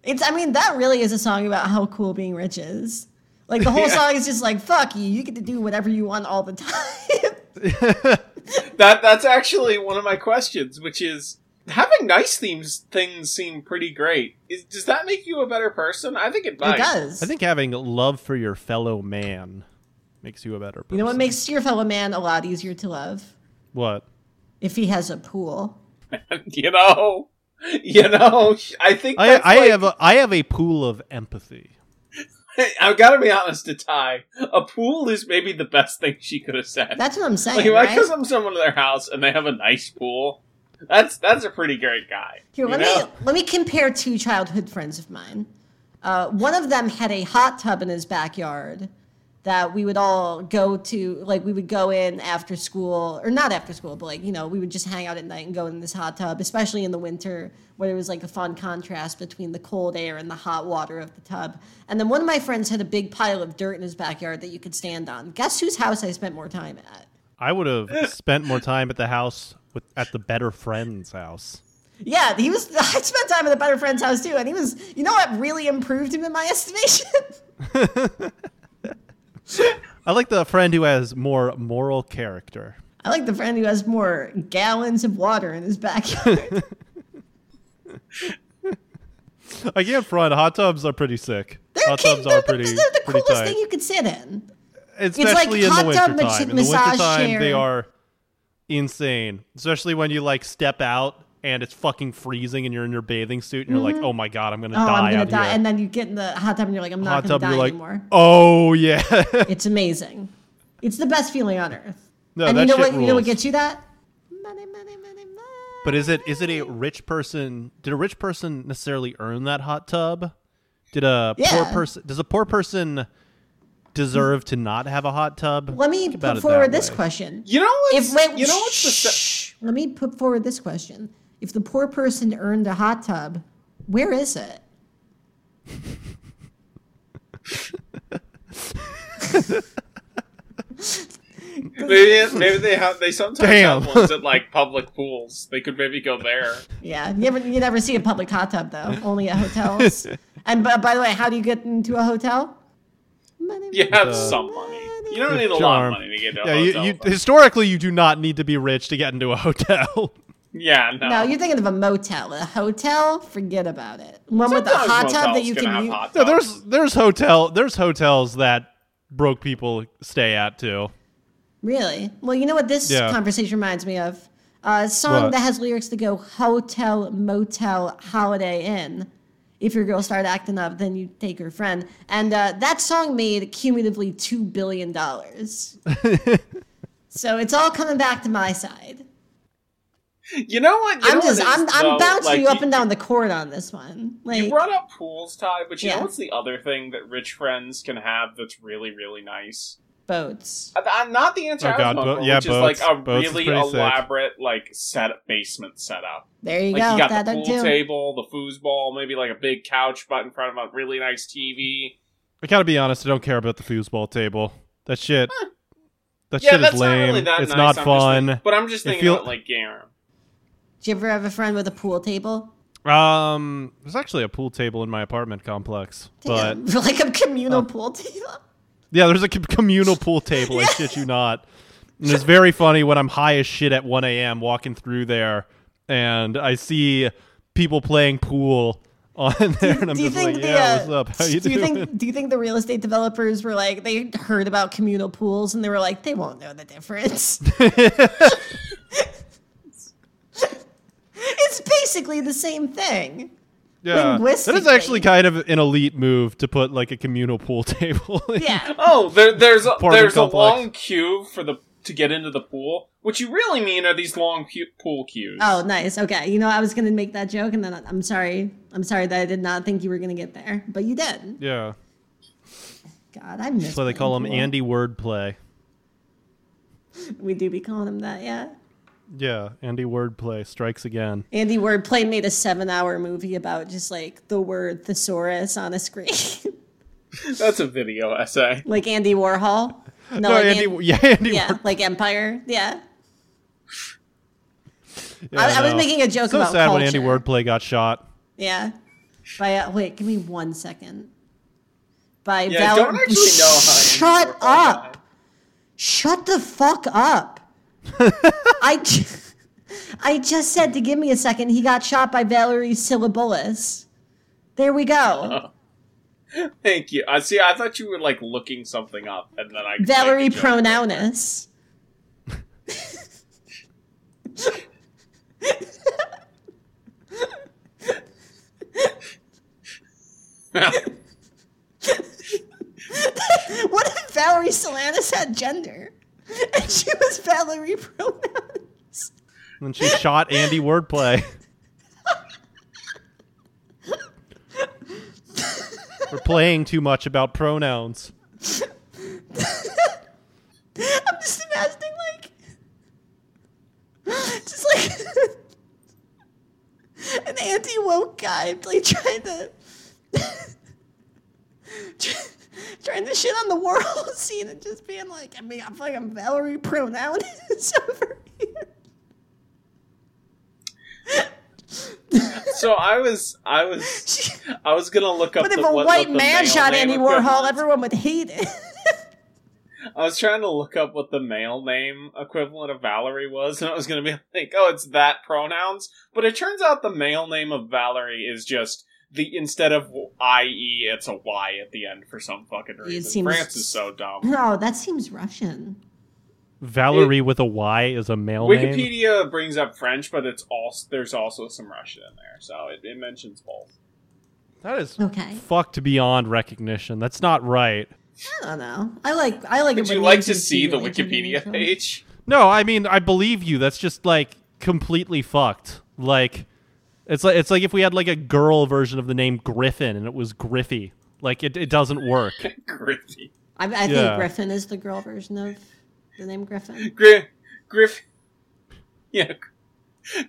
Speaker 1: It's. I mean, that really is a song about how cool being rich is. Like the whole
Speaker 2: Yeah.
Speaker 1: song is just like fuck you. You get to do whatever you want all the time.
Speaker 2: That that's actually one of my questions, which is having nice themes things seem pretty great. Is, does that make you a better person? I think it might.
Speaker 1: It does.
Speaker 3: I think having love for your fellow man makes you a better person.
Speaker 1: you know what makes your fellow man a lot easier to love
Speaker 3: what?
Speaker 1: if he has a pool.
Speaker 2: you know. You know, I think
Speaker 3: I,
Speaker 2: that's
Speaker 3: I
Speaker 2: like-
Speaker 3: have a I have a pool of empathy.
Speaker 2: I've got to be honest to Ty. A pool is maybe the best thing she could have said.
Speaker 1: That's what I'm saying,
Speaker 2: like, if I
Speaker 1: right?
Speaker 2: come someone to their house and they have a nice pool, that's that's a pretty great guy.
Speaker 1: Here,
Speaker 2: you
Speaker 1: let
Speaker 2: know?
Speaker 1: me let me compare two childhood friends of mine. Uh, one of them had a hot tub in his backyard that we would all go to. Like we would go in after school, or not after school, but like you know, we would just hang out at night and go in this hot tub, especially in the winter, where there was like a fun contrast between the cold air and the hot water of the tub. And then one of my friends had a big pile of dirt in his backyard that you could stand on. Guess whose house I spent more time at?
Speaker 3: I would have spent more time at the house with at the better friend's house.
Speaker 1: Yeah, he was. I spent time at the better friend's house too, and he was. You know what really improved him in my estimation?
Speaker 3: I like the friend who has more moral character.
Speaker 1: I like the friend who has more gallons of water in his backyard.
Speaker 3: I can't front. Hot tubs are pretty sick.
Speaker 1: They're,
Speaker 3: hot
Speaker 1: ki-
Speaker 3: tubs
Speaker 1: they're
Speaker 3: are
Speaker 1: the-
Speaker 3: pretty,
Speaker 1: they're the
Speaker 3: pretty
Speaker 1: coolest
Speaker 3: tight.
Speaker 1: thing you could sit in.
Speaker 3: especially in
Speaker 1: hot
Speaker 3: the
Speaker 1: tub
Speaker 3: winter
Speaker 1: mas-
Speaker 3: time. In the
Speaker 1: massage
Speaker 3: winter time,
Speaker 1: chair.
Speaker 3: they are insane. Especially when you like step out and it's fucking freezing, and you're in your bathing suit, and you're like, "Oh my god, I'm gonna
Speaker 1: Oh,
Speaker 3: die
Speaker 1: I'm gonna
Speaker 3: out
Speaker 1: die,
Speaker 3: here."
Speaker 1: and then you get in the hot tub and you're like, I'm not
Speaker 3: hot
Speaker 1: gonna
Speaker 3: tub,
Speaker 1: die
Speaker 3: you're like,
Speaker 1: anymore.
Speaker 3: "Oh yeah."
Speaker 1: It's amazing. It's the best feeling on earth.
Speaker 3: No,
Speaker 1: and
Speaker 3: that
Speaker 1: you know
Speaker 3: shit
Speaker 1: what? You know what
Speaker 3: rules.
Speaker 1: gets you that? Money, money, money, money.
Speaker 3: but is it is it a rich person? Did a rich person necessarily earn that hot tub? Did a poor
Speaker 1: Yeah.
Speaker 3: person does a poor person deserve to not have a hot tub?
Speaker 1: Let me
Speaker 3: Think about
Speaker 1: put
Speaker 3: it
Speaker 1: forward
Speaker 3: that
Speaker 1: this
Speaker 3: way.
Speaker 1: question.
Speaker 2: You know
Speaker 1: If
Speaker 2: what's,
Speaker 1: wait,
Speaker 2: you know what's the se-
Speaker 1: shh, let me put forward this question. If the poor person earned a hot tub, where is it?
Speaker 2: maybe, maybe they have they sometimes
Speaker 3: Damn.
Speaker 2: have ones at like public pools. They could maybe go there.
Speaker 1: Yeah, you never you never see a public hot tub though, only at hotels. and b- by the way, how do you get into a hotel? Money,
Speaker 2: You have
Speaker 3: Uh,
Speaker 2: some money. You don't
Speaker 3: With
Speaker 2: need a lot
Speaker 3: charm.
Speaker 2: of money to get to a
Speaker 3: Yeah,
Speaker 2: hotel.
Speaker 3: you, you,
Speaker 2: but-
Speaker 3: historically you do not need to be rich to get into a hotel.
Speaker 2: yeah, no.
Speaker 1: No, you're thinking of a motel. A hotel, forget about it. One with a
Speaker 2: Sometimes
Speaker 1: hot tub that
Speaker 2: motels
Speaker 1: you
Speaker 2: gonna
Speaker 1: can
Speaker 2: have
Speaker 1: use.
Speaker 2: hot
Speaker 3: No,
Speaker 2: tubs.
Speaker 3: there's there's hotel there's hotels that broke people stay at too.
Speaker 1: Really? Well, you know what this
Speaker 3: Yeah.
Speaker 1: conversation reminds me of? A song
Speaker 3: What?
Speaker 1: that has lyrics that go hotel, motel, holiday inn. If your girl started acting up, then you take her friend. And uh, that song made cumulatively $2 billion. so it's all coming back to my side.
Speaker 2: You know what? You know
Speaker 1: I'm
Speaker 2: what
Speaker 1: just,
Speaker 2: it is,
Speaker 1: I'm, I'm
Speaker 2: though?
Speaker 1: bouncing
Speaker 2: Like,
Speaker 1: you up and down the court on this one. Like,
Speaker 2: You brought up pools, Ty, but you know
Speaker 1: Yeah.
Speaker 2: what's the other thing that rich friends can have that's really, really nice?
Speaker 1: boats.
Speaker 2: Uh, uh, Not the
Speaker 3: Oh, God,
Speaker 2: Antarctica,
Speaker 3: bo- yeah,
Speaker 2: which
Speaker 3: boats.
Speaker 2: is like a
Speaker 3: Boats is
Speaker 2: really
Speaker 3: pretty sick.
Speaker 2: elaborate, like set basement setup.
Speaker 1: There you
Speaker 2: Like
Speaker 1: go.
Speaker 2: you got
Speaker 1: that
Speaker 2: the
Speaker 1: that
Speaker 2: pool
Speaker 1: too.
Speaker 2: table, the foosball, maybe like a big couch, but in front of a really nice TV.
Speaker 3: I gotta be honest, I don't care about the foosball table. That shit that
Speaker 2: yeah,
Speaker 3: shit
Speaker 2: that's
Speaker 3: is lame.
Speaker 2: not really that
Speaker 3: it's
Speaker 2: nice.
Speaker 3: not
Speaker 2: I'm just
Speaker 3: fun.
Speaker 2: think- but I'm just
Speaker 3: It
Speaker 2: thinking
Speaker 3: feel-
Speaker 2: about like game room.
Speaker 1: Did you ever have a friend with a pool table?
Speaker 3: Um, there's actually a pool table in my apartment complex, but Oh.
Speaker 1: Damn. like a communal pool table.
Speaker 3: yeah, there's a com- communal pool table. I shit you not. And it's very funny when I'm high as shit at 1 a.m. walking through there, and I see people playing pool on there, and I'm
Speaker 1: do you
Speaker 3: just
Speaker 1: think
Speaker 3: like,
Speaker 1: the
Speaker 3: yeah,
Speaker 1: uh,
Speaker 3: what's up? How you
Speaker 1: do
Speaker 3: doing?
Speaker 1: you think do you think the real estate developers were like they heard about communal pools and they were like they won't know the difference it's basically the same thing
Speaker 3: yeah, that is
Speaker 1: linguistically-
Speaker 3: actually kind of an elite move to put like a communal pool table. in.
Speaker 1: yeah
Speaker 2: Oh, there, there's a,
Speaker 3: Apartment
Speaker 2: there's a
Speaker 3: complex.
Speaker 2: long queue for the to get into the pool. What you really mean are these long cu- pool queues.
Speaker 1: oh nice okay you know i was gonna make that joke and then I- i'm sorry i'm sorry that i did not think you were gonna get there but you did
Speaker 3: yeah.
Speaker 1: god i miss
Speaker 3: So they
Speaker 1: playing
Speaker 3: call him
Speaker 1: pool.
Speaker 3: Andy Wordplay.
Speaker 1: we do be calling him that yeah
Speaker 3: Yeah, Andy Wordplay strikes again.
Speaker 1: Andy Wordplay made a seven hour movie about just like the word thesaurus on a screen.
Speaker 2: That's a video essay.
Speaker 1: like Andy Warhol. No, like
Speaker 3: Andy,
Speaker 1: An-
Speaker 3: yeah, Andy.
Speaker 1: yeah,
Speaker 3: Word-
Speaker 1: like Empire. Yeah.
Speaker 3: yeah,
Speaker 1: I, I was
Speaker 3: no.
Speaker 1: making a joke
Speaker 3: So
Speaker 1: about
Speaker 3: sad
Speaker 1: culture.
Speaker 3: when Andy Wordplay got shot.
Speaker 1: Yeah. By uh, wait, give me one second. By
Speaker 2: Yeah, I
Speaker 1: Val-
Speaker 2: don't actually know how.
Speaker 1: Shut
Speaker 2: Andrew Warhol
Speaker 1: up.
Speaker 2: died.
Speaker 1: Shut the fuck up. I, ju- I just said to give me a second. He got shot by Valerie Syllabulis. There we
Speaker 2: Uh-huh.
Speaker 1: go.
Speaker 2: Thank you. I see. I thought you were like looking something up, and then I
Speaker 1: Valerie
Speaker 2: like, a joke.
Speaker 1: Pronounis. What if Valerie Solanas had gender? And she was Valerie Pronouns.
Speaker 3: And then she shot Andy Wordplay. We're playing too much about pronouns.
Speaker 1: I'm just imagining like just like an anti woke guy like trying to trying to shit on the world scene and just being like, I mean, I'm fucking Valerie pronoun is over here.
Speaker 2: So I was, I was, I was gonna look up.
Speaker 1: But if a
Speaker 2: the, what- what
Speaker 1: white
Speaker 2: the
Speaker 1: man
Speaker 2: male
Speaker 1: shot
Speaker 2: name
Speaker 1: Andy
Speaker 2: equivalent-
Speaker 1: Warhol, everyone would hate it.
Speaker 2: I was trying to look up what the male name equivalent of Valerie was, and I was gonna be like, oh, it's that pronouns. But it turns out the male name of Valerie is just the instead of ie, it's a y at the end for some fucking reason.
Speaker 1: seems-
Speaker 2: France is so dumb.
Speaker 1: no, that seems Russian.
Speaker 3: Valerie with a Y is a male name.
Speaker 2: Wikipedia brings up French, but it's also there's also some Russian in there, so it, it mentions both.
Speaker 3: That is
Speaker 1: Okay.
Speaker 3: fucked beyond recognition. That's not right.
Speaker 1: I don't know. I like I like
Speaker 2: Would
Speaker 1: it when
Speaker 2: you like
Speaker 1: names
Speaker 2: to
Speaker 1: are
Speaker 2: see the
Speaker 1: related to each
Speaker 2: Wikipedia
Speaker 1: other.
Speaker 2: page?
Speaker 3: No, I mean I believe you. That's just like completely fucked. Like It's like it's like if we had like a girl version of the name Griffin and it was Griffy. Like it, it doesn't work.
Speaker 2: Griffy.
Speaker 1: I, I
Speaker 3: Yeah.
Speaker 1: think Griffin is the girl version of the name Griffin.
Speaker 2: Griff. Griff. Yeah.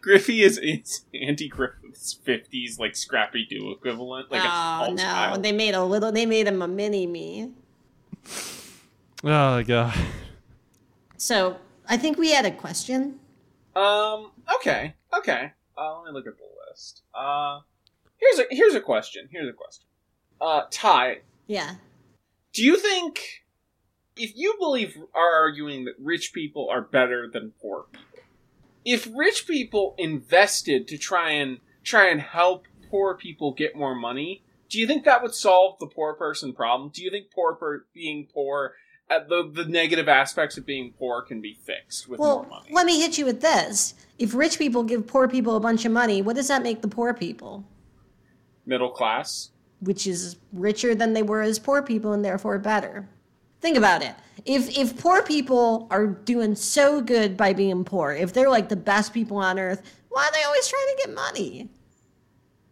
Speaker 2: Griffy is, is Andy Griffith's 50s, like, Scrappy Doo equivalent. Like,
Speaker 1: oh
Speaker 2: a
Speaker 1: no,
Speaker 2: child.
Speaker 1: they made a little. They made him a mini me.
Speaker 3: Oh god.
Speaker 1: So I think we had a question.
Speaker 2: Um. Okay. Okay. Uh, let me look at the list. Uh, here's a here's a question. Here's a question. Uh, Ty,
Speaker 1: Yeah.
Speaker 2: do you think if you believe are arguing that rich people are better than poor people, if rich people invested to try and try and help poor people get more money, do you think that would solve the poor person problem? Do you think poor per- being poor, uh, the the negative aspects of being poor can be fixed with more
Speaker 1: Well,
Speaker 2: money?
Speaker 1: let me hit you with this. If rich people give poor people a bunch of money, what does that make the poor people?
Speaker 2: Middle class.
Speaker 1: which is richer than they were as poor people and therefore better. Think about it. If if poor people are doing so good by being poor, if they're like the best people on earth, why are they always trying to get money?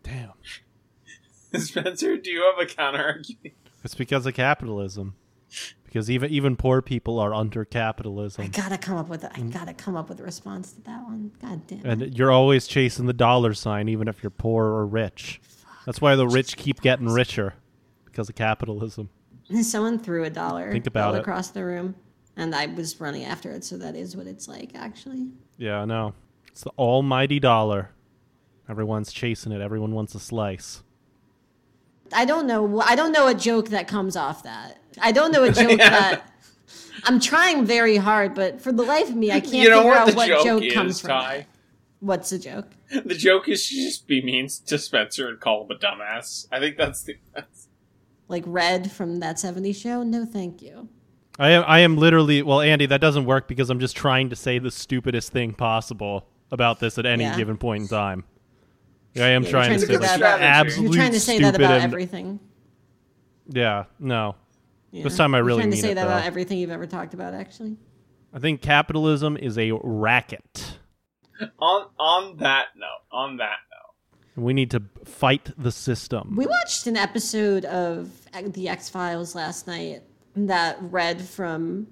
Speaker 3: Damn.
Speaker 2: Spencer, do you have a counter argument?
Speaker 3: It's because of capitalism. Because even even poor people are under capitalism.
Speaker 1: I gotta come up with a, I gotta come up with a response to that one. God damn. It.
Speaker 3: And you're always chasing the dollar sign, even if you're poor or rich. That's why the rich keep getting richer because of capitalism.
Speaker 1: Someone threw a dollar
Speaker 3: Think about
Speaker 1: all
Speaker 3: it.
Speaker 1: across the room, and I was running after it. So that is what it's like, actually.
Speaker 3: Yeah, I know. It's the almighty dollar. Everyone's chasing it. Everyone wants a slice.
Speaker 1: I don't know. I don't know a joke that comes off that. I don't know a joke
Speaker 2: Yeah.
Speaker 1: that. I'm trying very hard, but for the life of me, I can't
Speaker 2: you know
Speaker 1: figure
Speaker 2: what
Speaker 1: out
Speaker 2: the
Speaker 1: what
Speaker 2: joke,
Speaker 1: joke,
Speaker 2: is,
Speaker 1: comes from.
Speaker 2: Ty.
Speaker 1: that. What's a joke?
Speaker 2: The joke is she just be mean to Spencer and call him a dumbass. I think that's the. That's,
Speaker 1: Like Red from that '70s show? No, thank you.
Speaker 3: I am. I am literally. Well, Andy, that doesn't work because I'm just trying to say the stupidest thing possible about this at any
Speaker 1: Yeah.
Speaker 3: given point in time. I am
Speaker 1: Yeah, you're
Speaker 3: trying, to
Speaker 1: trying to
Speaker 3: say
Speaker 1: do
Speaker 3: the
Speaker 1: that
Speaker 2: about-
Speaker 3: absolute
Speaker 1: You're trying to say that
Speaker 3: stupid
Speaker 1: about
Speaker 3: and-
Speaker 1: everything.
Speaker 3: Yeah. No.
Speaker 1: Yeah.
Speaker 3: This time I
Speaker 1: You're
Speaker 3: really
Speaker 1: trying to
Speaker 3: mean
Speaker 1: say
Speaker 3: it,
Speaker 1: that about
Speaker 3: though.
Speaker 1: everything you've ever talked about, actually.
Speaker 3: I think capitalism is a racket.
Speaker 2: on on that note, on that note,
Speaker 3: We need to fight the system.
Speaker 1: We watched an episode of The X Files last night that read from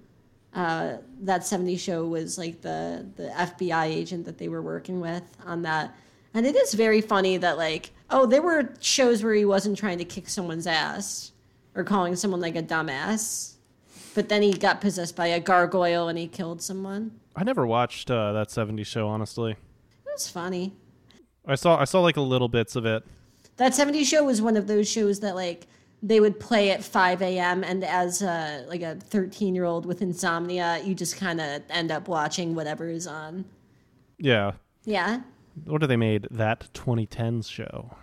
Speaker 1: uh, that 70s show was like the, the FBI agent that they were working with on that. And it is very funny that, like, oh, there were shows where he wasn't trying to kick someone's ass or calling someone like a dumbass, but then he got possessed by a gargoyle and he killed someone.
Speaker 3: I never watched uh, that '70s show. Honestly,
Speaker 1: It was funny.
Speaker 3: I saw I saw like a little bits of it.
Speaker 1: that 70s show was one of those shows that like they would play at 5 a.m and as a like a 13 year old with insomnia you just kind of end up watching whatever is on
Speaker 3: Yeah.
Speaker 1: yeah
Speaker 3: What do they made that 2010s show?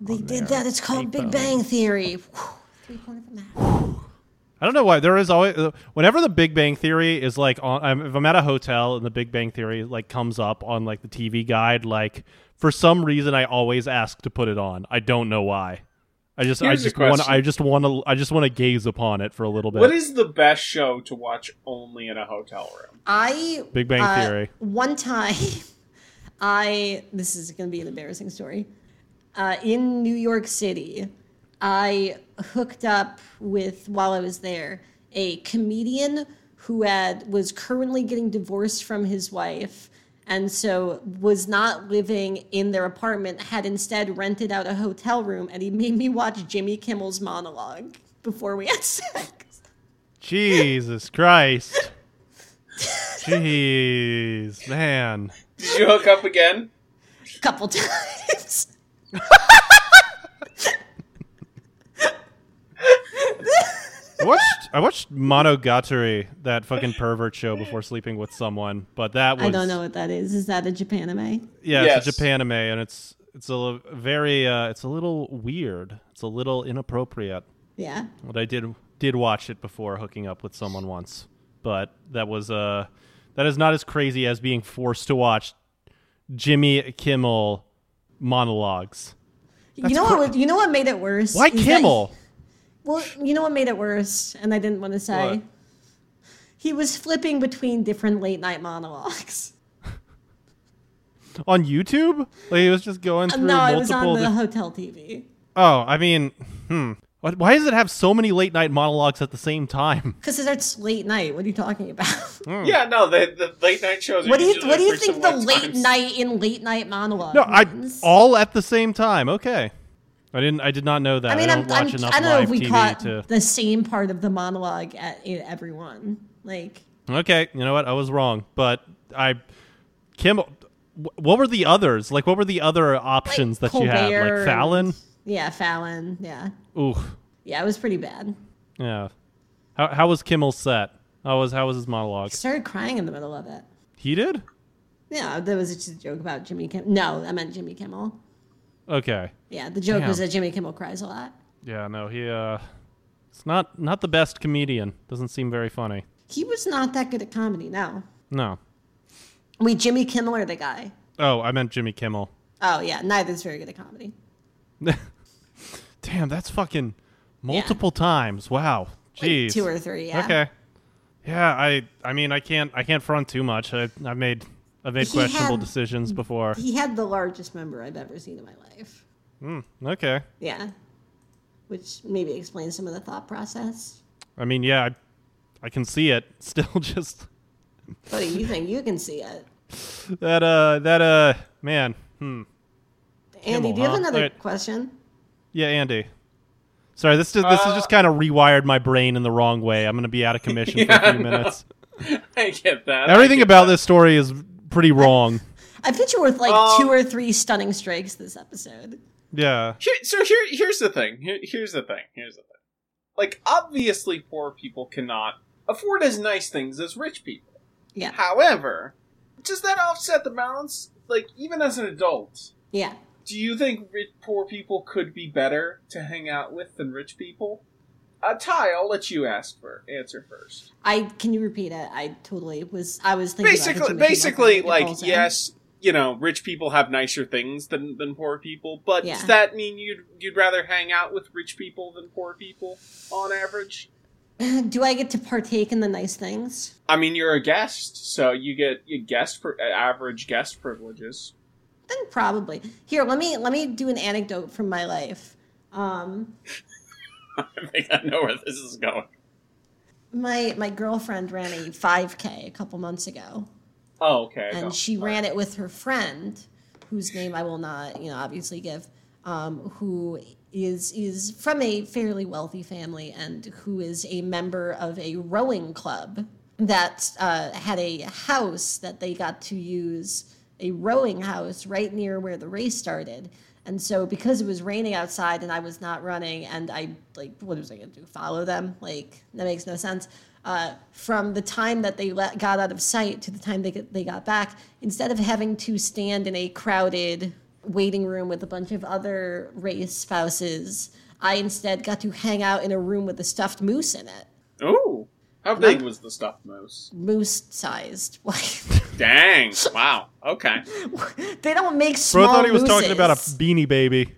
Speaker 1: they did that it's called big bang theory Whew, three quarter of an hour.
Speaker 3: I don't know why there is always uh, whenever the Big Bang Theory is like on. I'm, if I'm at a hotel and the Big Bang Theory like comes up on like the TV guide, like for some reason I always ask to put it on. I don't know why. I just I
Speaker 2: Here's a
Speaker 3: just want
Speaker 2: question.
Speaker 3: I just want to I just want to gaze upon it for a little bit.
Speaker 2: what is the best show to watch only in a hotel room?
Speaker 1: i
Speaker 3: Big Bang
Speaker 1: uh,
Speaker 3: Theory?
Speaker 1: one time i this is going to be an embarrassing story uh, in new york city i hooked up with while i was there a comedian who had was currently getting divorced from his wife and so was not living in their apartment had instead rented out a hotel room and he made me watch jimmy kimmel's monologue before we had sex
Speaker 3: Jesus Christ. Jeez, man.
Speaker 2: Did you hook up again?
Speaker 1: a couple times
Speaker 3: I watched I watched Monogatari, that fucking pervert show before sleeping with someone, but that was
Speaker 1: I don't know what that is. Is that a Japan anime?
Speaker 3: Yeah, it's a
Speaker 2: Yes.
Speaker 3: Japan anime and it's it's a li- very uh, it's a little weird. It's a little inappropriate.
Speaker 1: Yeah.
Speaker 3: But I did did watch it before hooking up with someone once. But that was uh that is not as crazy as being forced to watch Jimmy Kimmel monologues.
Speaker 1: you know what? You know what made it worse?
Speaker 3: Why
Speaker 1: Is that-
Speaker 3: Kimmel?
Speaker 1: well, you know what made it worse, and I didn't want to say.
Speaker 3: What?
Speaker 1: He was flipping between different late night monologues.
Speaker 3: on YouTube? Like he was just going
Speaker 1: Uh,
Speaker 3: through
Speaker 1: No, it was
Speaker 3: multiple.
Speaker 1: on the
Speaker 3: di-
Speaker 1: hotel TV.
Speaker 3: oh, I mean, hmm. What- Why does it have so many late night monologues at the same time?
Speaker 1: Because it's late night. What are you talking about?
Speaker 3: Hmm.
Speaker 2: Yeah, no, the, the late night shows. Are
Speaker 1: what do you
Speaker 2: usually
Speaker 1: What do you
Speaker 2: for
Speaker 1: think the
Speaker 2: similar
Speaker 1: late
Speaker 2: times.
Speaker 1: night in late night monologue?
Speaker 3: No, I
Speaker 1: means?
Speaker 3: all at the same time. Okay, I didn't. I did not know that.
Speaker 1: I mean,
Speaker 3: I
Speaker 1: I
Speaker 3: don't
Speaker 1: am I'm,
Speaker 3: watch enough
Speaker 1: I don't know
Speaker 3: live
Speaker 1: if we
Speaker 3: TV
Speaker 1: caught
Speaker 3: to.
Speaker 1: the same part of the monologue at, in everyone. Like,
Speaker 3: Okay, you know what? I was wrong, but I, Kim, wh- what were the others? Like, what were the other
Speaker 1: like
Speaker 3: options that you had?
Speaker 1: Colbert
Speaker 3: Like
Speaker 1: and-
Speaker 3: Fallon.
Speaker 1: yeah, Fallon. Yeah,
Speaker 3: Ooh,
Speaker 1: yeah, it was pretty bad.
Speaker 3: yeah. How how was Kimmel's set? How was how was his monologue?
Speaker 1: I started crying in the middle of it.
Speaker 3: He did.
Speaker 1: Yeah, there was just a joke about Jimmy Kimmel. No, I meant Jimmy Kimmel.
Speaker 3: Okay.
Speaker 1: Yeah, the joke was
Speaker 3: Damn.
Speaker 1: that Jimmy Kimmel cries a lot.
Speaker 3: Yeah. No. He. uh It's not not the best comedian. Doesn't seem very funny.
Speaker 1: He was not that good at comedy. No,
Speaker 3: No.
Speaker 1: wait, Jimmy Kimmel or the guy?
Speaker 3: Oh, I meant Jimmy Kimmel.
Speaker 1: Oh yeah, neither's very good at comedy.
Speaker 3: Damn, that's fucking multiple times. Wow.
Speaker 1: Like,
Speaker 3: Jeez.
Speaker 1: two or three. Yeah.
Speaker 3: Okay. Yeah, I I mean I can't I can't front too much. I I made I've made
Speaker 1: He
Speaker 3: questionable
Speaker 1: had-
Speaker 3: decisions before.
Speaker 1: He had the largest member I've ever seen in my life.
Speaker 3: Okay.
Speaker 1: Yeah, which maybe explains some of the thought process.
Speaker 3: I mean, yeah, I, I can see it still just
Speaker 1: What do you think? You can see it.
Speaker 3: that uh that uh man. Hmm. Kimmel,
Speaker 1: Andy, do you have
Speaker 3: huh?
Speaker 1: another
Speaker 3: Alright.
Speaker 1: question?
Speaker 3: Yeah, Andy. Sorry, this just, this has
Speaker 2: Uh,
Speaker 3: just kind of rewired my brain in the wrong way. I'm going to be out of commission for
Speaker 2: Yeah,
Speaker 3: a few
Speaker 2: no.
Speaker 3: minutes.
Speaker 2: I get that.
Speaker 3: Everything about this story is pretty wrong.
Speaker 1: I bet you worth like
Speaker 2: Um,
Speaker 1: two or three stunning strikes this episode.
Speaker 3: Yeah.
Speaker 2: Here, so here, here's the thing. Here, here's the thing. Here's the thing. Like, obviously, poor people cannot afford as nice things as rich people.
Speaker 1: Yeah,
Speaker 2: However, does that offset the balance? Like, even as an adult,
Speaker 1: yeah.
Speaker 2: do you think rich, poor people could be better to hang out with than rich people? Uh, Ty, I'll let you ask for answer first.
Speaker 1: I can you repeat it? I totally was. I was thinking about
Speaker 2: Basically,
Speaker 1: Jimmy Kimmel
Speaker 2: basically,
Speaker 1: thing.
Speaker 2: like
Speaker 1: Also.
Speaker 2: yes, you know, rich people have nicer things than than poor people. But
Speaker 1: Yeah.
Speaker 2: does that mean you'd you'd rather hang out with rich people than poor people on average?
Speaker 1: Do I get to partake in the nice things?
Speaker 2: I mean, you're a guest, so you get you guest for uh, average guest privileges.
Speaker 1: Then probably. Here, let me let me do an anecdote from my life. Um,
Speaker 2: I think I know where this is going.
Speaker 1: my my girlfriend ran a 5K a couple months ago,
Speaker 2: Oh, okay.
Speaker 1: and
Speaker 2: no.
Speaker 1: she ran it with her friend, whose name I will not, you know, obviously give, um, who is is from a fairly wealthy family and who is a member of a rowing club that uh, had a house that they got to use, a rowing house right near where the race started. And so, because it was raining outside and I was not running, and I like, what was I gonna do? Follow them? Like that makes no sense. Uh, from the time that they let, got out of sight to the time they get, they got back, instead of having to stand in a crowded waiting room with a bunch of other race spouses, I instead got to hang out in a room with a stuffed moose in it,
Speaker 2: Ooh, how big was the stuffed moose?
Speaker 1: moose sized.
Speaker 2: Dang! Wow. Okay.
Speaker 1: they don't make
Speaker 3: Bro
Speaker 1: small.
Speaker 3: I thought he was talking about a
Speaker 1: mooses.
Speaker 3: beanie baby.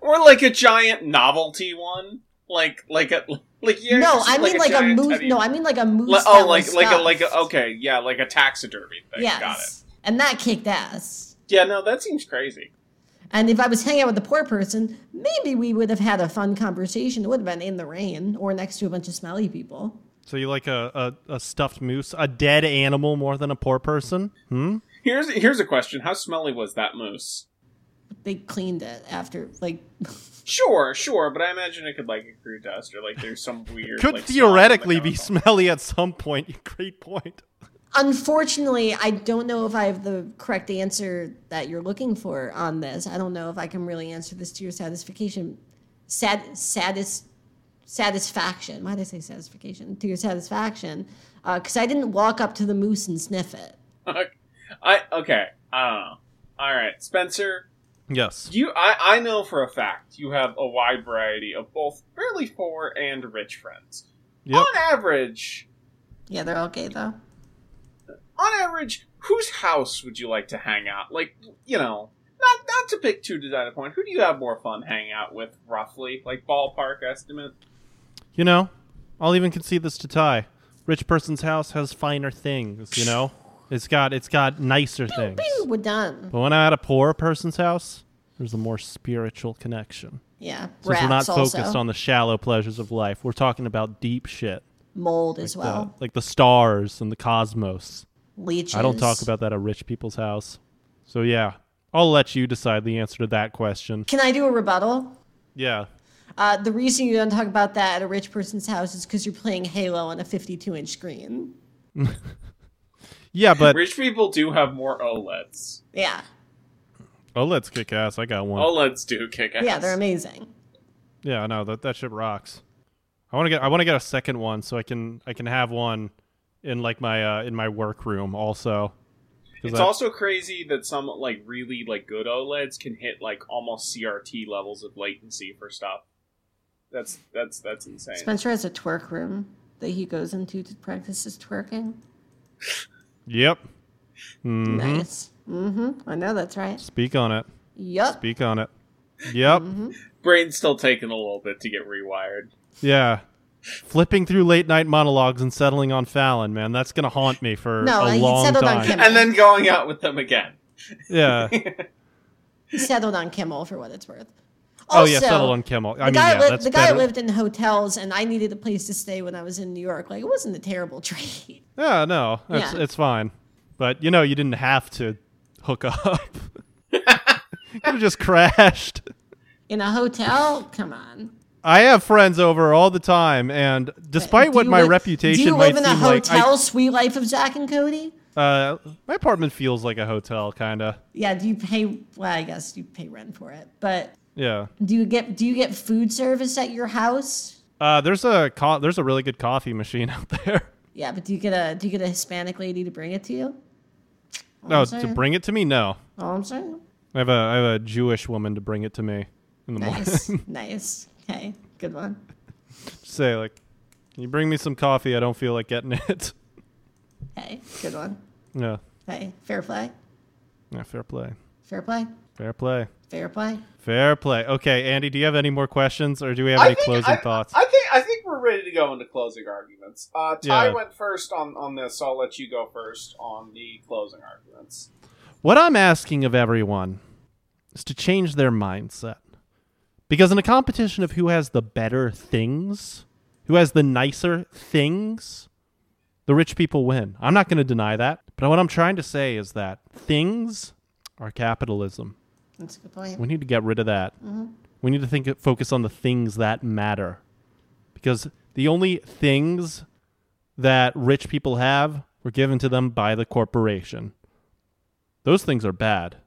Speaker 2: Or like a giant novelty one, like like a like yeah.
Speaker 1: No,
Speaker 2: just
Speaker 1: I mean like, a
Speaker 2: giant
Speaker 1: moose.
Speaker 2: teddy-
Speaker 1: No, I mean like a moose.
Speaker 2: Like-
Speaker 1: that
Speaker 2: oh, like
Speaker 1: was
Speaker 2: like a like a
Speaker 1: stuffed.
Speaker 2: okay, yeah, like a taxidermy thing.
Speaker 1: Yes.
Speaker 2: Got it.
Speaker 1: And that kicked ass.
Speaker 2: Yeah, no, that seems crazy.
Speaker 1: And if I was hanging out with a poor person, maybe we would have had a fun conversation. It would have been in the rain or next to a bunch of smelly people.
Speaker 3: So you like a, a, a stuffed moose, a dead animal more than a poor person? Hmm?
Speaker 2: Here's here's a question: How smelly was that moose?
Speaker 1: They cleaned it after, like,
Speaker 2: Sure, sure, but I imagine it could like accrue dust or like there's some weird.
Speaker 3: Could
Speaker 2: like, smell
Speaker 3: theoretically be
Speaker 2: chemical.
Speaker 3: smelly at some point. Great point.
Speaker 1: unfortunately, I don't know if I have the correct answer that you're looking for on this. I don't know if I can really answer this to your satisfaction. Sad, satis, satisfaction. Why did I say satisfaction? To your satisfaction. Because I didn't walk up to the moose and sniff it.
Speaker 2: I okay. I don't know. All right, Spencer.
Speaker 3: Yes.
Speaker 2: You, I, I know for a fact you have a wide variety of both fairly poor and rich friends.
Speaker 3: Yep.
Speaker 2: On average,
Speaker 1: Yeah, they're okay, though.
Speaker 2: on average, whose house would you like to hang out? Like, you know, not not to pick two to data point. Who do you have more fun hanging out with, roughly? Like ballpark estimate.
Speaker 3: You know, I'll even concede this to Ty. Rich person's house has finer things, you know? It's got it's got nicer things.
Speaker 1: Pew, we're done.
Speaker 3: But when I'm at a poor person's house, there's a more spiritual connection.
Speaker 1: Yeah,
Speaker 3: Since we're not
Speaker 1: rats
Speaker 3: focused
Speaker 1: also.
Speaker 3: on the shallow pleasures of life, we're talking about deep shit,
Speaker 1: mold as
Speaker 3: the-
Speaker 1: well.
Speaker 3: like the stars and the cosmos.
Speaker 1: Leeches.
Speaker 3: I don't talk about that at rich people's house. So yeah, I'll let you decide the answer to that question.
Speaker 1: Can I do a rebuttal?
Speaker 3: Yeah,
Speaker 1: Uh, the reason you don't talk about that at a rich person's house is because you're playing Halo on a 52 inch screen.
Speaker 3: yeah, but
Speaker 2: Rich people do have more OLEDs.
Speaker 1: Yeah,
Speaker 3: OLEDs Oh, kick ass. I got one.
Speaker 2: OLEDs do kick ass.
Speaker 1: yeah, they're amazing.
Speaker 3: Yeah, I know that that shit rocks. I want to get I want to get a second one so I can I can have one in like my uh in my workroom also. 'Cause
Speaker 2: It's
Speaker 3: I-
Speaker 2: also crazy that some like really like good OLEDs can hit like almost CRT levels of latency for stuff. That's that's that's insane.
Speaker 1: Spencer has a twerk room that he goes into to practice his twerking.
Speaker 3: Yep. Mhm.
Speaker 1: Nice. Mm hmm. I know that's right.
Speaker 3: Speak on it.
Speaker 1: Yup.
Speaker 3: Speak on it. Yep.
Speaker 1: Mm-hmm.
Speaker 2: Brain's still taking a little bit to get rewired.
Speaker 3: Yeah. Flipping through late night monologues and settling on Fallon, man, that's gonna haunt me for
Speaker 1: No,
Speaker 3: a
Speaker 1: he
Speaker 3: long
Speaker 1: settled on
Speaker 3: time.
Speaker 1: Kim.
Speaker 2: And then going out with them again.
Speaker 3: Yeah.
Speaker 1: He settled on Kimmel for what it's worth.
Speaker 3: oh yeah,
Speaker 1: Also,
Speaker 3: settled on Kimmel. I
Speaker 1: the
Speaker 3: mean,
Speaker 1: guy,
Speaker 3: yeah,
Speaker 1: li-
Speaker 3: that's
Speaker 1: the guy
Speaker 3: better.
Speaker 1: lived in hotels, and I needed a place to stay when I was in New York. Like, it wasn't a terrible trade.
Speaker 3: Yeah, no, it's
Speaker 1: Yeah.
Speaker 3: it's fine. But you know, you didn't have to hook up. you could have just crashed.
Speaker 1: In a hotel? Come on.
Speaker 3: I have friends over all the time, and despite
Speaker 1: Do
Speaker 3: what
Speaker 1: you
Speaker 3: my
Speaker 1: li-
Speaker 3: reputation
Speaker 1: do you
Speaker 3: might
Speaker 1: live in a
Speaker 3: seem like,
Speaker 1: hotel
Speaker 3: I,
Speaker 1: suite life of Zach and Cody?
Speaker 3: uh, my apartment feels like a hotel, kind of.
Speaker 1: Yeah, do you pay? Well, I guess you pay rent for it, but
Speaker 3: Yeah.
Speaker 1: do you get do you get food service at your house?
Speaker 3: Uh, there's a co- there's a really good coffee machine out there.
Speaker 1: Yeah, but do you get a do you get a Hispanic lady to bring it to you?
Speaker 2: Oh,
Speaker 1: All
Speaker 3: No,
Speaker 1: I'm
Speaker 3: to
Speaker 1: saying.
Speaker 3: bring it to me, no.
Speaker 1: All I'm saying.
Speaker 3: I have a I have a Jewish woman to bring it to me in the
Speaker 1: Nice,
Speaker 3: morning.
Speaker 1: nice. Okay, good one.
Speaker 3: Say like, can you bring me some coffee? I don't feel like getting it.
Speaker 1: Okay, good one.
Speaker 3: yeah.
Speaker 1: Okay, fair play,
Speaker 3: Yeah. Fair play.
Speaker 1: fair play,
Speaker 3: Fair play.
Speaker 1: fair play.
Speaker 3: Fair play. Okay, Andy, do you have any more questions, or do we have
Speaker 2: I
Speaker 3: any
Speaker 2: think-
Speaker 3: closing
Speaker 2: I-
Speaker 3: thoughts?
Speaker 2: I think I think we're ready to go into closing arguments. Uh, Ty
Speaker 3: Yeah.
Speaker 2: went first on on this. So I'll let you go first on the closing arguments.
Speaker 3: What I'm asking of everyone is to change their mindset. Because in a competition of who has the better things, who has the nicer things, the rich people win. I'm not going to deny that. But what I'm trying to say is that things are capitalism.
Speaker 1: That's a good point.
Speaker 3: We need to get rid of that. We need to think focus on the things that matter. Because the only things that rich people have were given to them by the corporation. Those things are bad.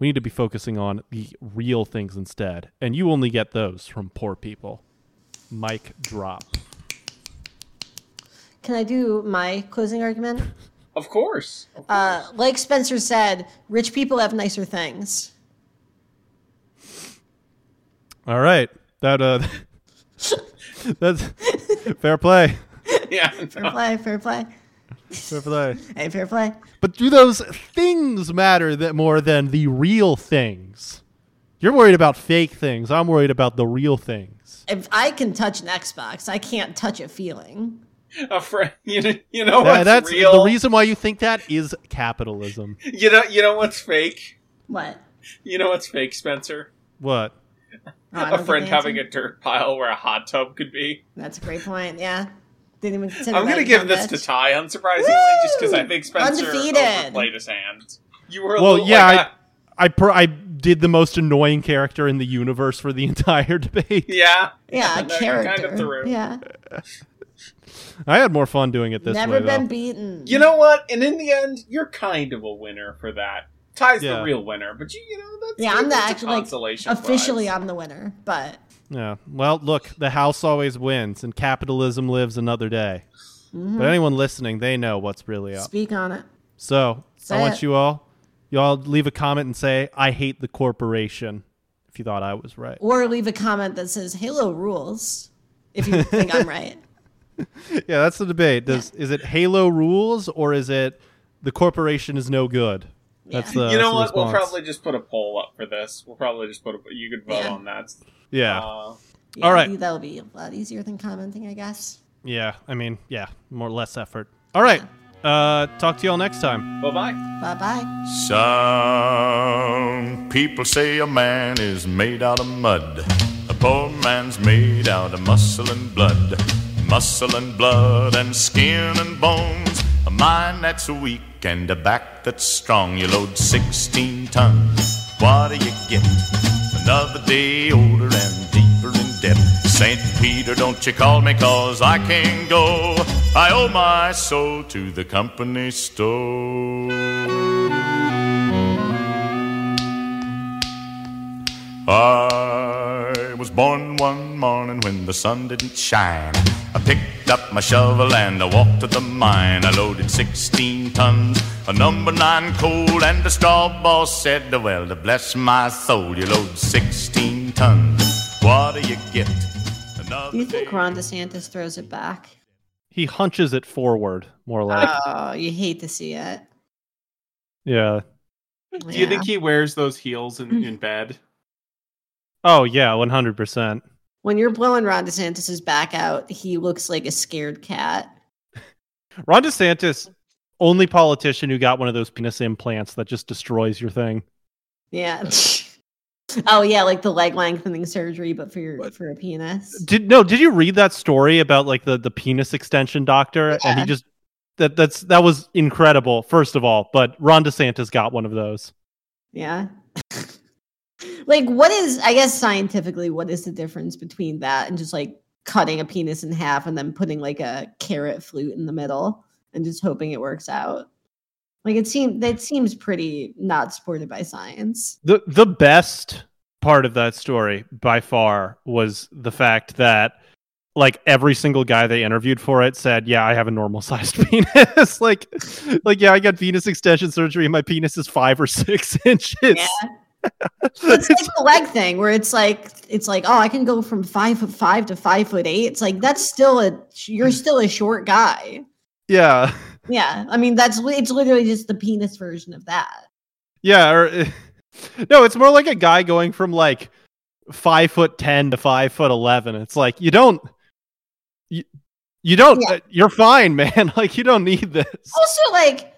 Speaker 3: We need to be focusing on the real things instead. And you only get those from poor people. Mic drop.
Speaker 1: Can I do my closing argument?
Speaker 2: Of course. Of
Speaker 1: Uh, like Spencer said, rich people have nicer things.
Speaker 3: All right. That uh that's fair play.
Speaker 2: course. yeah.
Speaker 1: Fair play, fair play.
Speaker 3: Fair play.
Speaker 1: Hey, fair play.
Speaker 3: But do those things matter that more than the real things? You're worried about fake things. I'm worried about the real things.
Speaker 1: If I can touch an Xbox, I can't touch a feeling.
Speaker 2: A friend, you know, you know
Speaker 3: That-
Speaker 2: what's
Speaker 3: that's
Speaker 2: real.
Speaker 3: the reason why you think that is capitalism.
Speaker 2: You know, you know what's fake.
Speaker 1: What?
Speaker 2: You know what's fake, Spencer.
Speaker 3: What?
Speaker 1: Oh, I don't
Speaker 2: a
Speaker 1: get
Speaker 2: friend
Speaker 1: the
Speaker 2: having a
Speaker 1: answer?
Speaker 2: dirt pile where a hot tub could be.
Speaker 1: That's a great point. Yeah. Didn't even consider
Speaker 2: I'm
Speaker 1: that
Speaker 2: gonna
Speaker 1: in
Speaker 2: give this to
Speaker 1: context.
Speaker 2: Ty, unsurprisingly, just because I think Spencer
Speaker 1: Undefeated.
Speaker 2: overplayed his hand. You were a
Speaker 3: Well,
Speaker 2: little,
Speaker 3: yeah,
Speaker 2: like, uh,
Speaker 3: I, I, per, I did the most annoying character in the universe for the entire debate.
Speaker 2: yeah,
Speaker 1: Yeah, a
Speaker 2: No, you
Speaker 1: character.
Speaker 2: Kind of threw.
Speaker 1: yeah.
Speaker 3: I had more fun doing it this
Speaker 1: Never
Speaker 3: way.
Speaker 1: been
Speaker 3: though.
Speaker 1: beaten.
Speaker 2: You know what? And in the end, you're kind of a winner for that. Ty's
Speaker 3: Yeah.
Speaker 2: the real winner, but you, you know, that's
Speaker 1: yeah, I'm the
Speaker 2: that's a
Speaker 1: actually like,
Speaker 2: consolation
Speaker 1: officially
Speaker 2: prize.
Speaker 1: I'm the winner, but
Speaker 3: yeah. Well, look, the house always wins, and capitalism lives another day.
Speaker 1: Mm-hmm.
Speaker 3: But anyone listening, they know what's really up.
Speaker 1: speak on it.
Speaker 3: So
Speaker 1: Say
Speaker 3: I want
Speaker 1: it.
Speaker 3: you all, y'all leave a comment and say, I hate the corporation. If you thought I was right.
Speaker 1: Or leave a comment that says Halo rules if you think I'm right.
Speaker 3: Yeah, that's the debate. Does is it Halo rules or is it the corporation is no good? That's
Speaker 1: Yeah.
Speaker 3: the
Speaker 2: you know
Speaker 3: that's
Speaker 2: what?
Speaker 3: the
Speaker 2: We'll
Speaker 3: response.
Speaker 2: probably just put a poll up for this. We'll probably just put a. You could vote
Speaker 1: Yeah.
Speaker 2: on that.
Speaker 3: Yeah.
Speaker 2: Uh,
Speaker 1: Yeah,
Speaker 3: All right.
Speaker 1: That'll be a lot easier than commenting, I guess.
Speaker 3: yeah. I mean, yeah. More less effort. All right. Uh, talk to y'all next time.
Speaker 2: Bye bye.
Speaker 1: Bye bye.
Speaker 4: Some people say a man is made out of mud. A poor man's made out of muscle and blood. Muscle and blood and skin and bones. A mind that's weak and a back that's strong. You load 16 tons. What do you get? Another day older and deeper in debt. St. Peter, don't you call me, cause I can't go. I owe my soul to the company store. I was born one morning when the sun didn't shine. I picked up my shovel and I walked to the mine. I loaded 16 tons of number nine coal, and the straw boss said, Well, to bless my soul, you load 16 tons. What do you get? Another
Speaker 1: Do you think
Speaker 4: day-
Speaker 1: Ron DeSantis throws it back?
Speaker 3: He hunches it forward, more like.
Speaker 2: Uh,
Speaker 1: Oh, you hate to see it.
Speaker 3: yeah.
Speaker 2: Do you
Speaker 1: Yeah.
Speaker 2: think he wears those heels in, in bed?
Speaker 3: Oh yeah, one hundred percent.
Speaker 1: when you're blowing Ron DeSantis's back out, he looks like a scared cat?
Speaker 3: Ron DeSantis, only politician who got one of those penis implants that just destroys your thing.
Speaker 1: Yeah. oh yeah, like the leg lengthening surgery, but for your for a penis.
Speaker 3: Did no? Did you read that story about like the the penis extension doctor and he
Speaker 1: Yeah.
Speaker 3: just that that's that was incredible. First of all, but Ron DeSantis got one of those.
Speaker 1: Yeah. like what is I guess scientifically, what is the difference between that and just like cutting a penis in half and then putting like a carrot flute in the middle and just hoping it works out? Like it seems that seems pretty not supported by science.
Speaker 3: The the best part of that story by far was the fact that like every single guy they interviewed for it said, "Yeah, I have a normal sized penis. like, like yeah, I got penis extension surgery, and my penis is five or six inches."
Speaker 1: it's like the leg thing where it's like it's like oh i can go from five foot five to five foot eight it's like that's still a you're still a short guy
Speaker 3: yeah,
Speaker 1: yeah i mean that's li- it's literally just the penis version of that
Speaker 3: yeah. Or no, it's more like a guy going from like five foot ten to five foot eleven. It's like you don't, you, you don't.
Speaker 1: Yeah.
Speaker 3: uh, you're fine, man. like you don't need this.
Speaker 1: also like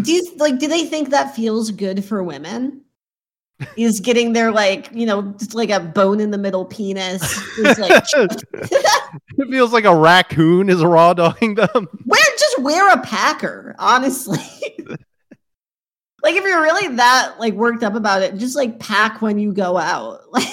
Speaker 1: do you like do they think that feels good for women is getting their like you know just like a bone in the middle penis is like
Speaker 3: It feels like a raccoon is raw dogging them.
Speaker 1: wear just wear a packer honestly like if you're really that like worked up about it just like pack when you go out like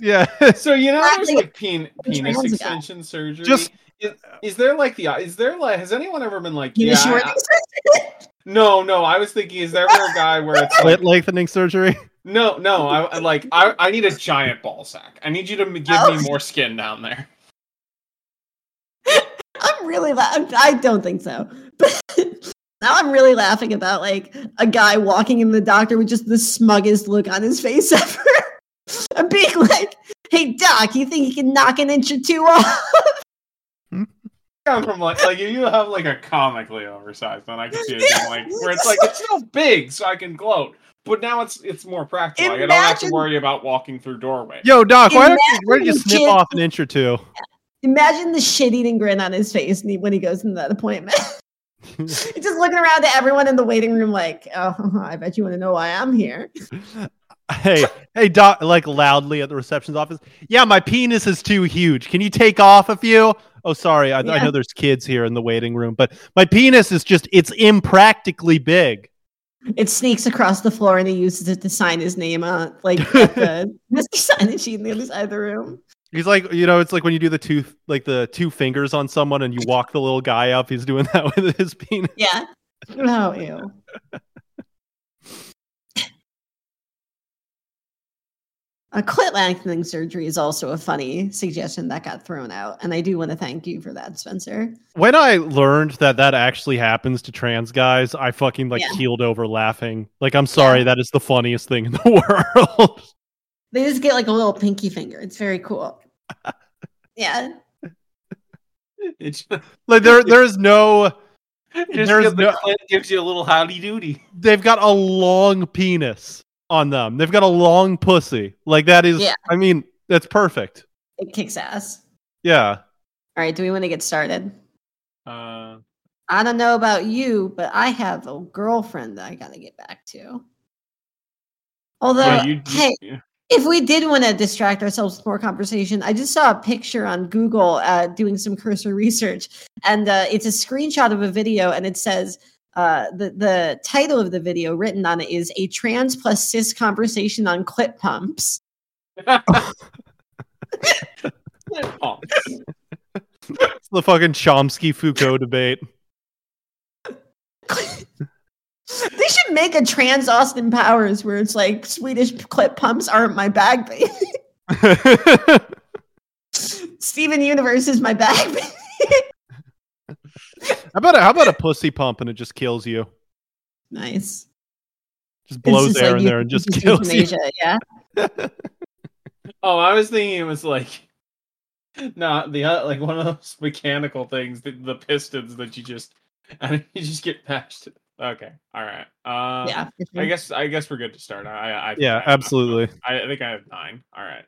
Speaker 3: yeah.
Speaker 2: So you know, there's
Speaker 1: Exactly.
Speaker 2: like pen, penis
Speaker 1: Trans guy.
Speaker 2: extension surgery.
Speaker 3: Just-
Speaker 2: is, is there like the is there like has anyone ever been like
Speaker 1: You
Speaker 2: yeah
Speaker 1: sure
Speaker 2: I-
Speaker 1: it's-
Speaker 2: no no I was thinking is there ever a guy where it's like
Speaker 3: Clit lengthening surgery.
Speaker 2: no no I I like I I need a giant ball sack I need you to m- give
Speaker 1: Oh.
Speaker 2: me more skin down there
Speaker 1: I'm really laughing. I don't think so. But now I'm really laughing about like a guy walking in the doctor with just the smuggest look on his face ever. and being like, hey doc, you think you can knock an inch or two off?
Speaker 2: I'm from like like if you have like a comically oversized one I can see it being like where it's like it's still big so I can gloat but now it's it's more practical like, I don't have to
Speaker 1: Imagine-
Speaker 2: worry about walking through doorways.
Speaker 3: Yo, Doc, why don't you,
Speaker 1: Imagine
Speaker 3: why don't you
Speaker 1: the
Speaker 3: snip
Speaker 1: kid-
Speaker 3: off an inch or two?
Speaker 1: Imagine the shit eating grin on his face and he- when he goes into that appointment. He's just looking around at everyone in the waiting room like, oh, I bet you want to know why I'm here.
Speaker 3: Hey, hey, Doc, like loudly at the reception's office. Yeah, my penis is too huge. Can you take off a few? Oh, sorry. I, I
Speaker 1: Yeah.
Speaker 3: know there's kids here in the waiting room, but my penis is just, it's impractically big.
Speaker 1: It sneaks across the floor and he uses it to sign his name on like at the Mr. Sign and sheet on the other side of the room.
Speaker 3: He's like, you know, it's like when you do the two, like the two fingers on someone and you walk the little guy up. He's doing that with his penis.
Speaker 1: Yeah. Oh ew. A clit lengthening surgery is also a funny suggestion that got thrown out, and I do want to thank you for that, Spencer.
Speaker 3: When I learned that that actually happens to trans guys, I fucking like
Speaker 1: Yeah.
Speaker 3: keeled over laughing. Like, I'm sorry, that is the funniest thing in the world.
Speaker 1: They just get like a little pinky finger. It's very cool. Yeah,
Speaker 2: It just,
Speaker 3: like there, there is no.
Speaker 2: it just
Speaker 3: There's
Speaker 2: gives the
Speaker 3: no-
Speaker 2: clit gives you a little howdy doody.
Speaker 3: They've got a long penis on them. They've got a long pussy. Like that is.
Speaker 1: Yeah.
Speaker 3: I mean, that's perfect.
Speaker 1: it kicks ass.
Speaker 3: Yeah.
Speaker 1: All right, do we want to get started?
Speaker 2: Uh,
Speaker 1: I don't know about you, but I have a girlfriend that I gotta get back to. Although,
Speaker 2: Yeah, you-
Speaker 1: hey,
Speaker 2: you-
Speaker 1: if we did want to distract ourselves with more conversation, I just saw a picture on Google uh, doing some cursor research, and uh, it's a screenshot of a video, and it says uh, the the title of the video written on it is "A Trans Plus Cis Conversation on Clit Pumps."
Speaker 2: Oh,
Speaker 3: It's the fucking Chomsky Foucault debate.
Speaker 1: they should make a trans Austin Powers where it's like Swedish clit pumps aren't my bag, baby. Steven Universe is my bag. baby.
Speaker 3: How about a, how about a pussy pump and it just kills you?
Speaker 1: nice.
Speaker 3: Just
Speaker 1: It's
Speaker 3: blows
Speaker 1: just
Speaker 3: air
Speaker 1: like
Speaker 3: in
Speaker 1: you-
Speaker 3: there and
Speaker 1: you
Speaker 3: just
Speaker 1: can see
Speaker 3: kills you.
Speaker 1: euthanasia, Yeah.
Speaker 2: oh, I was thinking it was like not the uh, like one of those mechanical things, the, the pistons that you just and you just get patched. Okay, all right. Uh,
Speaker 1: yeah. for
Speaker 2: I
Speaker 1: sure.
Speaker 2: guess I guess we're good to start. I, I I think
Speaker 3: Yeah,
Speaker 2: I have enough.
Speaker 3: absolutely.
Speaker 2: I, I think I have nine. All right.